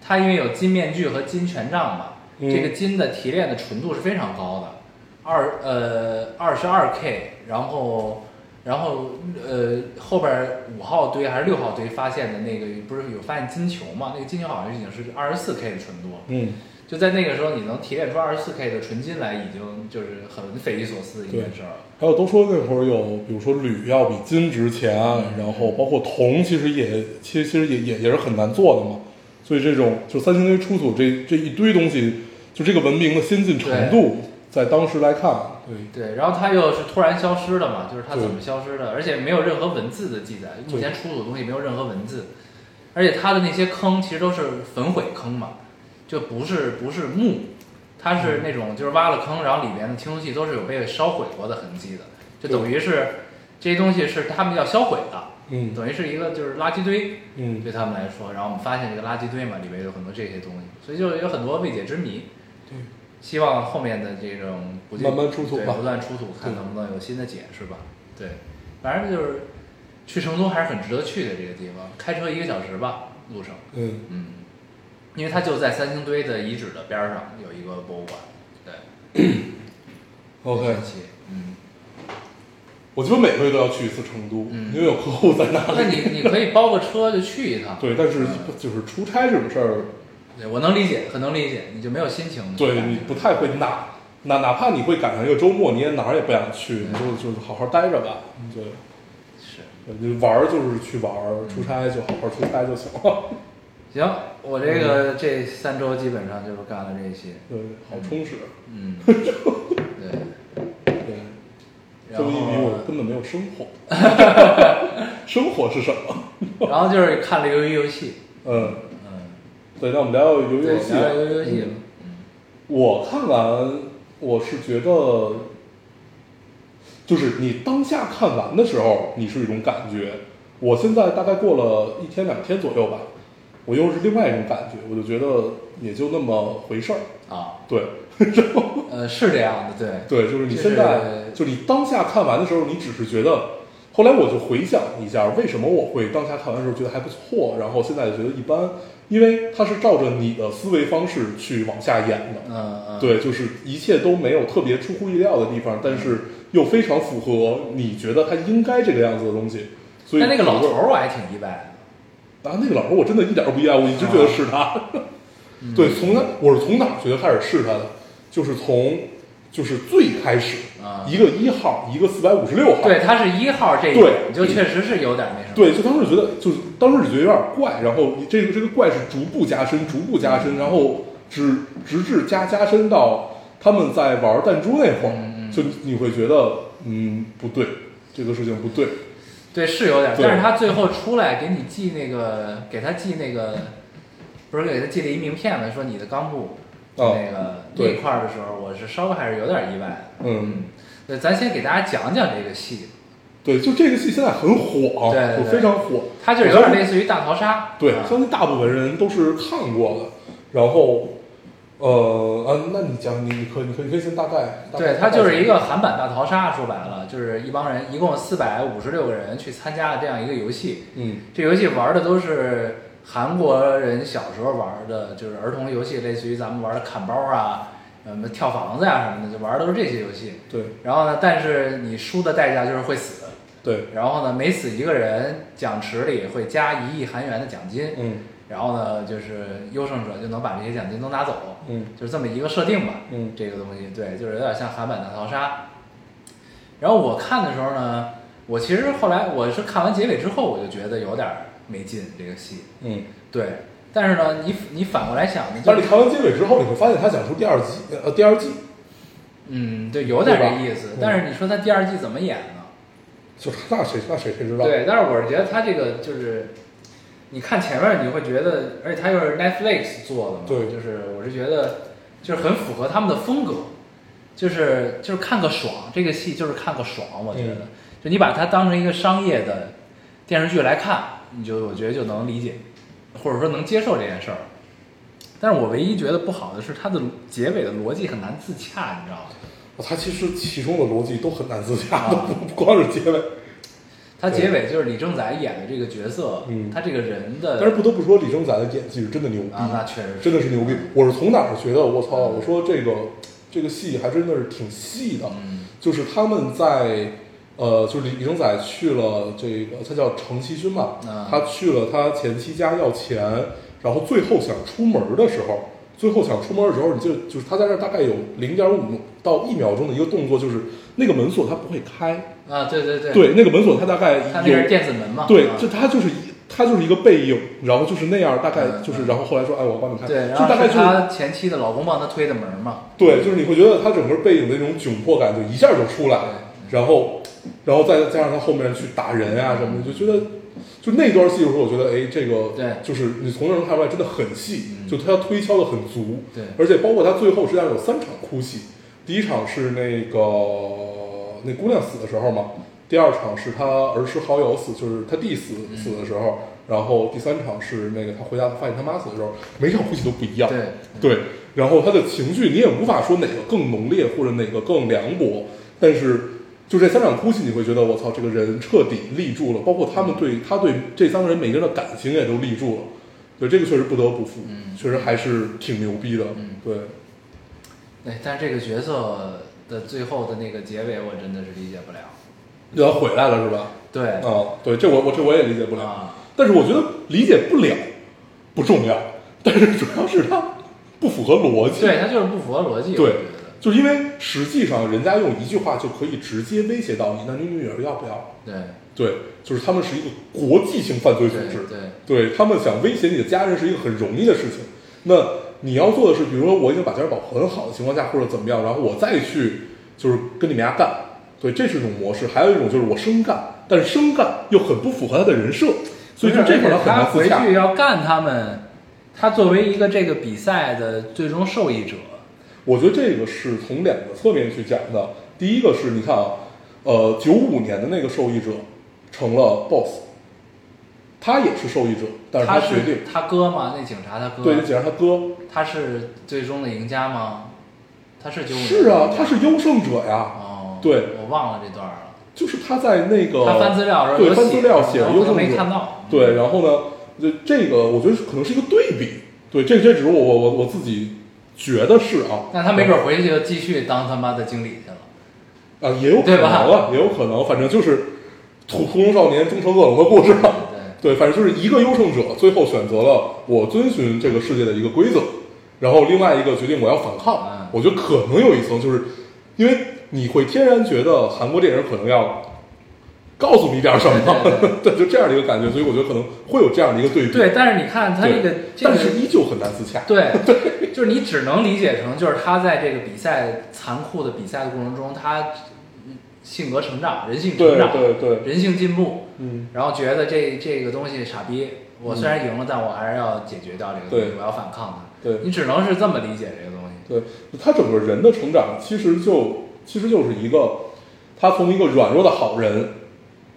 A: 它因为有金面具和金权杖嘛，
B: 嗯
A: 这个金的提炼的纯度是非常高的，二呃二十二 K，然后然后呃后边儿五号堆还是六号堆发现的那个不是有发现金球嘛？那个金球好像已经是二十四 K 的纯度了。
B: 嗯，
A: 就在那个时候，你能提炼出二十四 K 的纯金来，已经就是很匪夷所思的一件事儿了。
B: 还有都说那会儿有，比如说铝要比金值钱，啊
A: 嗯
B: 然后包括铜，其实也其实其实也也也是很难做的嘛。所以这种就三星堆出土这这一堆东西，就这个文明的先进程度，在当时来看，对，
A: 对，然后它又是突然消失的嘛，就是它
B: 对
A: 怎么消失的，而且没有任何文字的记载。目前出土的东西没有任何文字，而且它的那些坑其实都是焚毁坑嘛，就不是不是墓，它是那种就是挖了坑，然后里面的青铜器都是有被烧毁过的痕迹的，就等于是这些东西是他们要销毁的，
B: 嗯
A: 等于是一个就是垃圾堆。
B: 嗯，
A: 对他们来说，然后我们发现这个垃圾堆嘛，里面有很多这些东西，所以就有很多未解之谜。
B: 对，
A: 希望后面的这种不
B: 慢慢出土
A: 对
B: 吧
A: 不断出土，看
B: 对
A: 能不能有新的解释吧。对，反正就是去成都还是很值得去的这个地方，开车一个小时吧路程，
B: 嗯，
A: 嗯，因为它就在三星堆的遗址的边儿上有一个博物馆，对
B: OK，
A: 神奇嗯，
B: 我基本每个月都要去一次成都，
A: 嗯
B: 因为有客户在那
A: 那
B: 里。
A: 你你可以包个车就去一趟，
B: 对，但是
A: 嗯
B: 就是出差这种事儿，
A: 对我能理解，很能理解，你就没有心情，
B: 对你不太会哪哪哪怕你会赶上一个周末，你也哪儿也不想去，
A: 嗯
B: 你就就是好好待着吧。对，
A: 是。
B: 你玩儿就是去玩儿，出差就好好出差就行了。
A: 行，我这
B: 嗯
A: 个这三周基本上就是干了这些，
B: 对，好充实。
A: 嗯，对，
B: 对，
A: 然
B: 这么一比，我
A: 后
B: 根本没有生 活。生活是什么？
A: 然后就是看了鱿鱼游戏，
B: 嗯，
A: 嗯，
B: 对，那我们聊聊游
A: 对，
B: 游戏
A: 聊
B: 吧。
A: 聊鱿鱼游戏
B: 嗯，我看完，我是觉得，就是你当下看完的时候，你是一种感觉。我现在大概过了一天两天左右吧，我又是另外一种感觉，我就觉得也就那么回事儿。
A: 啊，
B: 对，
A: 呃，是这样的，对，
B: 对，就是你
A: 就
B: 现在，
A: 是
B: 就是你当下看完的时候，你只是觉得，后来我就回想一下，为什么我会当下看完的时候觉得还不错，然后现在觉得一般，因为它是照着你的思维方式去往下演的，
A: 嗯嗯，
B: 对，就是一切都没有特别出乎意料的地方，但是又非常符合你觉得它应该这个样子的东西，所以
A: 但那个老头
B: 整
A: 儿我还挺意外
B: 个啊，那个老头儿我真的一点儿都不意外，我一直觉得是他。
A: 啊的，
B: 对，从那我是从哪儿觉得开始试他的，就是从就是最开始，
A: 啊
B: 一个一号，一个四百五十六号，
A: 对，他是一号这一
B: 对
A: 点，就确实是有点那什么，
B: 对，就当时觉得就是当时就觉得有点怪，然后这个这个怪是逐步加深，逐步加
A: 嗯
B: 深，然后直直至加加深到他们在玩弹珠那会儿，
A: 嗯嗯
B: 就你会觉得嗯不对，这个事情不对，
A: 对，是有点儿，
B: 对
A: 但是他最后出来给你寄那个，给他寄那个，不是给他寄了一名片吗？说你的冈部、
B: 哦
A: 那个那
B: 对
A: 一块儿的时候，我是稍微还是有点儿意外的。
B: 嗯，
A: 对，咱先给大家讲讲这个戏，
B: 对，就这个戏现在很火，啊
A: 对对
B: 就
A: 对
B: 非常火，
A: 它就是有点类似于大逃杀。
B: 对，
A: 啊
B: 相信大部分人都是看过的。然后，呃啊，那你讲你你可你可以可以先大概，大
A: 对，
B: 概
A: 它就是一
B: 大
A: 个
B: 概
A: 韩版大逃杀，说白了就是一帮人，一共四百五十六个人去参加了这样一个游戏。
B: 嗯
A: 这游戏玩的都是韩国人小时候玩的，就是儿童游戏，类似于咱们玩的砍包啊、什么跳房子呀、啊什么的，就玩的都是这些游戏。
B: 对
A: 然后呢，但是你输的代价就是会死，
B: 对
A: 然后呢，每死一个人，奖池里会加一亿韩元的奖金。
B: 嗯
A: 然后呢，就是优胜者就能把这些奖金都拿走，
B: 嗯
A: 就是这么一个设定吧。
B: 嗯
A: 这个东西对，就是有点像韩版大逃杀。然后我看的时候呢，我其实后来我是看完结尾之后，我就觉得有点没劲这个戏。
B: 嗯，
A: 对，但是呢，你你反过来想呢，就
B: 但啊是你看完结尾之后，你会发现他讲出第二季呃第二季
A: 嗯，对，有点这
B: 对吧
A: 意思
B: 嗯。
A: 但是你说他第二季怎么演呢？
B: 就是那谁那谁谁知道？
A: 对，但是我是觉得他这个就是，你看前面你会觉得，而且他又是 Netflix 做的嘛，
B: 对
A: 就是我是觉得就是很符合他们的风格，就是就是看个爽，这个戏就是看个爽，我觉得，
B: 嗯
A: 就你把它当成一个商业的电视剧来看，你就我觉得就能理解，或者说能接受这件事儿。但是我唯一觉得不好的是它的结尾的逻辑很难自洽，你知道吗？
B: 哦他其实其中的逻辑都很难自洽，
A: 啊
B: 都不不光是结尾。
A: 它
B: 对
A: 结尾就是李正宰演的这个角色，
B: 嗯
A: 他这个人的，
B: 但是不得不说，李正宰的演技是真的牛逼，
A: 啊，那确实嗯
B: 真的是牛逼。我是从哪儿学的？我操！我说这个这个戏还真的是挺细的，
A: 嗯
B: 就是他们在呃，就是李李正宰去了这个，他叫程其勋吧，
A: 嗯
B: 他去了他前妻家要钱，然后最后想出门的时候，最后想出门的时候，你就就是他在那儿大概有零点五到一秒钟的一个动作，就是那个门锁他不会开，
A: 啊，对对对，
B: 对，那个门锁他大概
A: 他那
B: 有
A: 是电子门嘛，
B: 对
A: 啊，
B: 就他就是一，他就是一个背影，然后就是那样，大概
A: 嗯
B: 就是，然后后来说，哎，我帮你看，
A: 对，
B: 就大
A: 然后
B: 概
A: 是
B: 就是，
A: 他前妻的老公帮他推的门嘛，
B: 对，就是你会觉得他整个背影的那种窘迫感就一下就出来了，然后，然后再加上他后面去打人啊什么的，就觉得，就那段戏的时候，我觉得，哎，这个，
A: 对
B: 就是你从那儿能看出来真的很细，
A: 嗯
B: 就他推敲的很足，
A: 对
B: 而且包括他最后实际上有三场哭戏，第一场是那个那姑娘死的时候嘛，第二场是他儿时好友死，就是他弟死
A: 嗯
B: 死的时候，然后第三场是那个他回家发现他妈死的时候，每场哭戏都不一样，
A: 对，
B: 对然后他的情绪你也无法说哪个更浓烈或者哪个更凉薄，但是就这三场哭戏，你会觉得我操，这个人彻底立住了，包括他们对
A: 嗯
B: 他对这三个人每个人的感情也都立住了，对这个确实不得不服，
A: 嗯
B: 确实还是挺牛逼的，
A: 嗯
B: 对。
A: 对，哎但是这个角色的最后的那个结尾，我真的是理解不了，
B: 让他回来了是吧？
A: 对，
B: 啊，对，这我我这我也理解不了，
A: 啊，
B: 但是我觉得理解不了不重要，但是主要是他不符合逻辑。
A: 对他就是不符合逻辑，我
B: 对
A: 觉得，
B: 就是因为实际上人家用一句话就可以直接威胁到你男女女儿要不要？
A: 对
B: 对，就是他们是一个国际性犯罪组织
A: 对，对，
B: 对他们想威胁你的家人是一个很容易的事情。那你要做的是，比如说我已经把家人保护很好的情况下，或者怎么样，然后我再去就是跟你们家干，对，这是一种模式。还有一种就是我生干，但是生干又很不符合他的人设，所以就这块儿
A: 而且
B: 很
A: 他
B: 难自
A: 回
B: 洽
A: 去。要干他们，他作为一个这个比赛的最终受益者，
B: 我觉得这个是从两个侧面去讲的。第一个是你看啊，呃，九五年的那个受益者成了 boss，他也是受益者，但是
A: 他
B: 决定
A: 是他哥吗？那警察他哥，
B: 对，既然他哥
A: 他是最终的赢家吗？他是九五
B: 是啊，他是优胜者呀，
A: 哦，
B: 对，
A: 我忘了这段了。
B: 就是他在那个
A: 他翻资料的时
B: 哦
A: 候
B: 对
A: 有
B: 翻
A: 写
B: 资料写
A: 然
B: 了
A: 后
B: 优
A: 我都
B: 胜者，
A: 没看到。
B: 对，然后呢，这这个我觉得可能是一个对比，对，这这只是我我我我自己觉得是啊，
A: 那他没准回去就继续当他妈的经理去了。
B: 啊，也有可
A: 对
B: 能
A: 吧
B: 啊，也有可能，反正就是土屠龙少年终成恶龙的故事啊嘛。对，反正就是一个优胜者最后选择了我遵循这个世界的一个规则，然后另外一个决定我要反抗。
A: 嗯
B: 我觉得可能有一层，就是因为你会天然觉得韩国电影可能要告诉你点什么，
A: 对
B: 对，就这样的一个感觉，所以我觉得可能会有这样的一个对比。
A: 对，但是你看他这个
B: 对
A: 这个
B: 但，是依旧很难自洽。
A: 对，就是你只能理解成就是他在这个比赛残酷的比赛的过程中，他性格成长、人性成
B: 对
A: 长、
B: 对对，
A: 人性进步，
B: 嗯，
A: 然后觉得这这个东西傻逼。我虽然赢了，但我还是要解决掉这个东西
B: 对，
A: 我要反抗它。
B: 对。
A: 你只能是这么理解这个东西。
B: 对他整个人的成长，其实就其实就是一个，他从一个软弱的好人，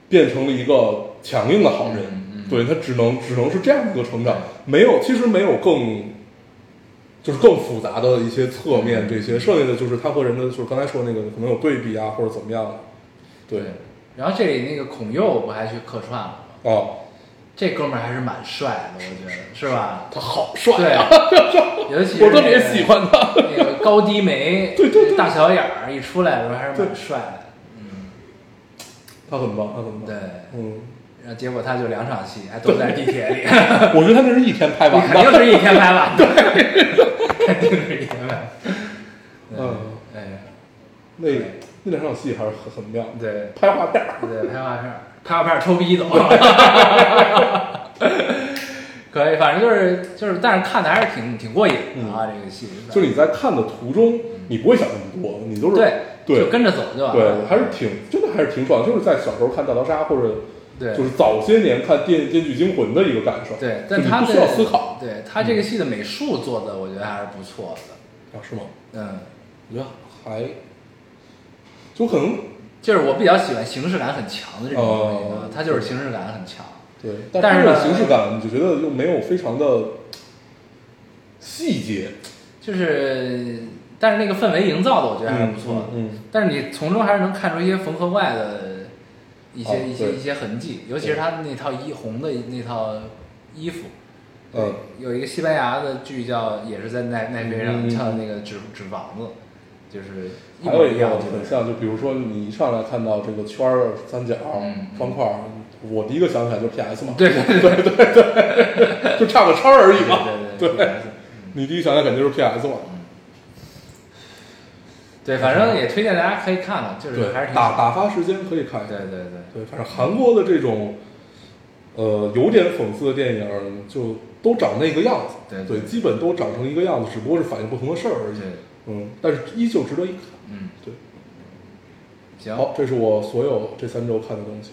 B: 变成了一个强硬的好人。
A: 嗯嗯
B: 对他只能只能是这样一个成长，没有其实没有更就是更复杂的一些侧
A: 嗯
B: 面，这些剩下的就是他和人的，就是刚才说那个可能有对比啊，或者怎么样的。对，
A: 然后这里那个孔佑不还去客串了吗？
B: 哦，
A: 这哥们儿还是蛮帅的，我觉得是吧？
B: 他好帅
A: 对
B: 啊！，
A: 尤其是
B: 我特别喜欢他。
A: 那个高低 眉，对对大小眼儿一出来的时候还是蛮帅的。
B: 他很棒，他很棒。
A: 对，
B: 嗯，
A: 然后结果他就两场戏，还都在地铁 里，
B: 我觉得他那是一天拍
A: 你
B: 完
A: 肯定
B: 的。
A: 是一天拍完的， 肯定是一天拍完。
B: 嗯，
A: 对，哎，
B: 那那两场戏还是很很妙。
A: 对
B: 拍画片儿。
A: 对，拍画片儿，拍画片儿抽逼走。 可以，反正就是就是，但是看的还是挺挺过瘾的啊，这个戏。
B: 嗯就是你在看的途中，你不会想那么多，你都是
A: 嗯对
B: 对
A: 就跟着啊走就完了。
B: 对，还是挺真的，还是挺爽。就是在小时候看《大逃杀》或者
A: 对
B: 就是早些年看《电电锯惊魂》的一个感受。
A: 对，
B: 就
A: 但
B: 你
A: 他
B: 不
A: 的
B: 需要思考嗯
A: 对他这个戏的美术做的，我觉得还是不错的。
B: 啊，是吗？
A: 嗯，
B: 我觉得还就可能
A: 就是我比较喜欢形式感很强的这种东西啊
B: 哦，
A: 他就是形式感很强。
B: 对，是
A: 但是
B: 这种
A: 呢
B: 形式感，你就觉得又没有非常的细节。
A: 就是，但是那个氛围营造的，我觉得还是不错的。
B: 嗯嗯嗯
A: 但是你从中还是能看出一些缝合外的一些、
B: 哦
A: 一些
B: 对
A: 一些痕迹，尤其是他那套衣红的那套衣服。对
B: 嗯，
A: 有一个西班牙的剧叫，也是在奈奈飞上
B: 嗯嗯嗯
A: 叫那个纸纸房子，就是一
B: 还有
A: 模
B: 一
A: 一
B: 个
A: 样，
B: 很
A: 就是
B: 像，就比如说你一上来看到这个圈儿、三角、
A: 嗯
B: 方块儿，我第一个想起来就是 PS 嘛，
A: 对对对对
B: 就差个叉儿而已嘛。
A: 对对对。
B: 你第一想起来肯定就是 PS 嘛。
A: 对，反正也推荐大家可以看看，就是还是挺
B: 打打发时间可以看一下
A: 对。对对，
B: 对，反正韩国的这种，呃，有点讽刺的电影儿就都长那个样子，
A: 对对
B: 对，基本都长成一个样子，只不过是反映不同的事儿而已
A: 对。
B: 嗯，但是依旧值得一看。
A: 嗯，
B: 对，
A: 行，
B: 好，这是我所有这三周看的 东西。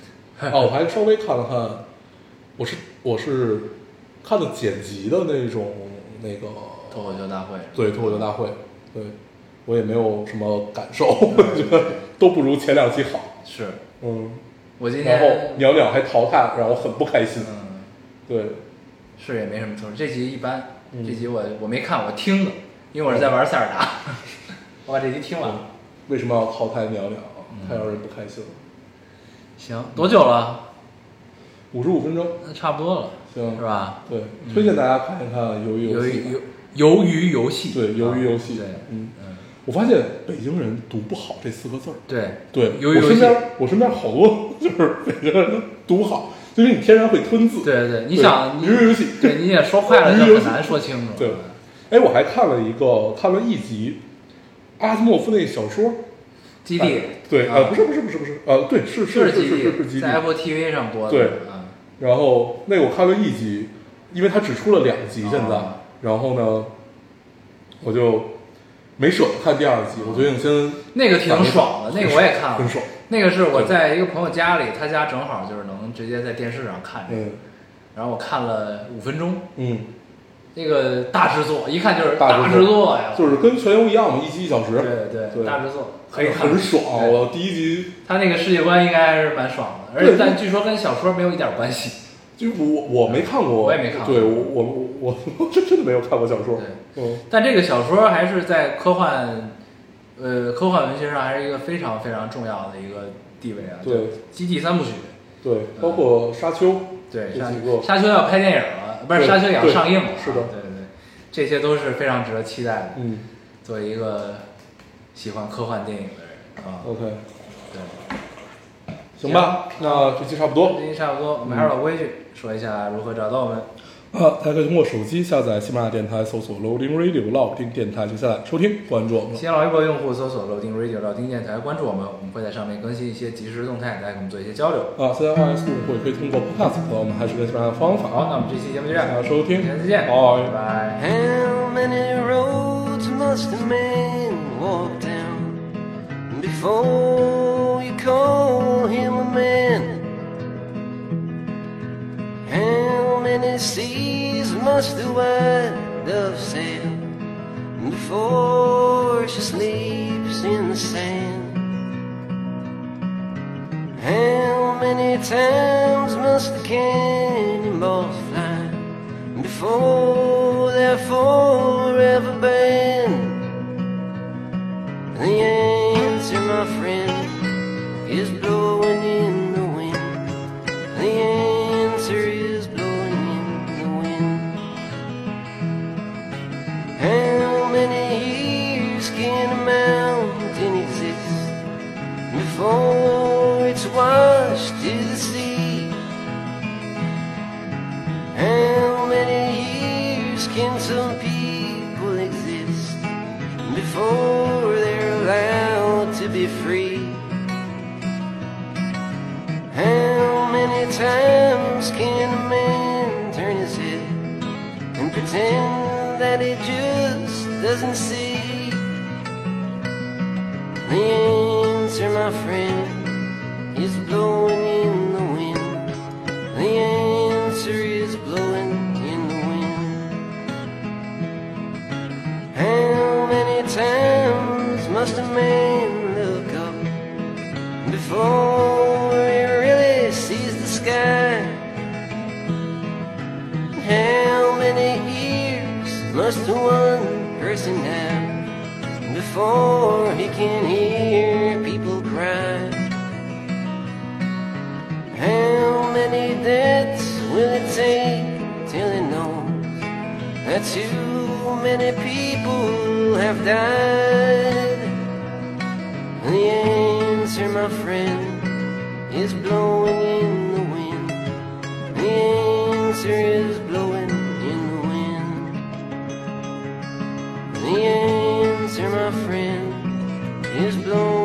B: 哦，我还稍微看了看，我是我是看的剪辑的那种那个
A: 脱口秀大会，
B: 对脱口秀大会，对我也没有什么感受，我觉得都不如前两期好。
A: 是
B: 嗯，
A: 我今
B: 然后
A: 天，
B: 淼淼还淘汰了，让我很不开心。
A: 嗯，
B: 对，
A: 是也没什么特殊，这集一般，
B: 嗯
A: 这集我我没看，我听的，因为我是在玩塞尔达， 我把这集听完了。
B: 为什么要淘汰淼淼？
A: 嗯
B: 他要是不开心了，
A: 行，多久了？
B: 五十五分钟，
A: 那差不多了，
B: 行
A: 是吧？嗯
B: 对，推荐大家看一看《鱿鱼游
A: 鱿
B: 戏》
A: 鱼游鱿鱼游戏，啊
B: 对，《鱿鱼游戏》
A: 对，
B: 嗯，
A: 嗯，
B: 我发现北京人读不好这四个字儿。
A: 对
B: 对，
A: 鱿
B: 我
A: 鱼游
B: 身
A: 戏，
B: 边我身边好多 就是北京人读不好，就是你天然会吞字。
A: 对对，你
B: 对
A: 想，
B: 鱿鱼游戏
A: 对，你也说 快了
B: 鱿鱼
A: 就
B: 游
A: 很
B: 戏
A: 难说清楚，
B: 对，哎，我还看了一个，看了一集阿西莫夫那小说。
A: 基地
B: 哎，对，
A: 啊
B: 呃，不是不是不是不是，呃，对，是是是
A: 基
B: 是是基地
A: 地，在。Apple TV 上播的，
B: 对
A: 啊，
B: 然后那我看了一集，因为它只出了两集现在，
A: 啊
B: 然后呢，我就没舍得看第二集，我决定先
A: 那个挺爽的，那个我也看了，
B: 很爽。
A: 那个是我在一个朋友家里，他家正好就是能直接在电视上看这个，
B: 嗯
A: 然后我看了五分钟，
B: 嗯，
A: 那个大制作，一看就是
B: 大
A: 制作呀，
B: 嗯就是跟全游一样嘛，一集一小时，
A: 对对，
B: 对
A: 大制作可以看，
B: 很爽。
A: 对
B: 我第一集
A: 他那个世界观应该还是蛮爽的，而
B: 对
A: 且但据说跟小说没有一点关系，
B: 就我我没看过，
A: 我也没看过
B: 对我我我 我真真的没有看过小说。嗯，
A: 但这个小说还是在科幻，呃，科幻文学上还是一个非常非常重要的一个地位啊，
B: 对
A: 就基地三部曲。
B: 对，包括沙丘，
A: 对，
B: 这
A: 沙
B: 几个
A: 沙丘要拍电影了，不是
B: 对
A: 沙丘也要
B: 对
A: 上映了啊，
B: 是的
A: 对对，这些都是非常值得期待的。
B: 嗯
A: 作为一个喜欢科幻电影的人啊，
B: ，OK，
A: 对，
B: 行吧，那这期差不多。
A: 今天差不多，我们还是老规矩，说一下如何找到我们。
B: 啊，大家可以通过手机下载喜马拉雅电台，搜索 Loading Radio 老丁电台就下载收听，关注我们了。
A: 新浪微博用户搜索“楼丁 radio” 老丁电台，关注我们，我们会在上面更新一些即时动态，大家跟我们做一些交流。
B: 啊，现在 iOS 用户也可以通过 Podcast 和我们还是跟喜马拉雅的方法
A: 好，那我们这期节目就这样，
B: 大家收听，
A: 下次见，
B: 拜
A: 拜拜。
C: How many roads must a man walk down before you call him a man? How many seas must the white dove sail before she sleeps in the sand? How many times must the cannonballs fly before they're their forever been. The answer, my friend, is blowing in the wind. The answer is blowing in the wind. How many years can a mountain exist before it's washed to the sea? How many years can some people exist before they're allowed to be free? How many times can a man turn his head and pretend that he just doesn't see? The answer, my friend, is blowing in the wind. The answer is blowing in the wind. How many times must a man look up before he really sees the sky? How many ears must one person have before he can hear people cry? How many deaths will it take till it knows that too many people have died? The answer, my friend, is blowing in the wind. The answer is blowing in the wind. The answer, my friend, is blowing.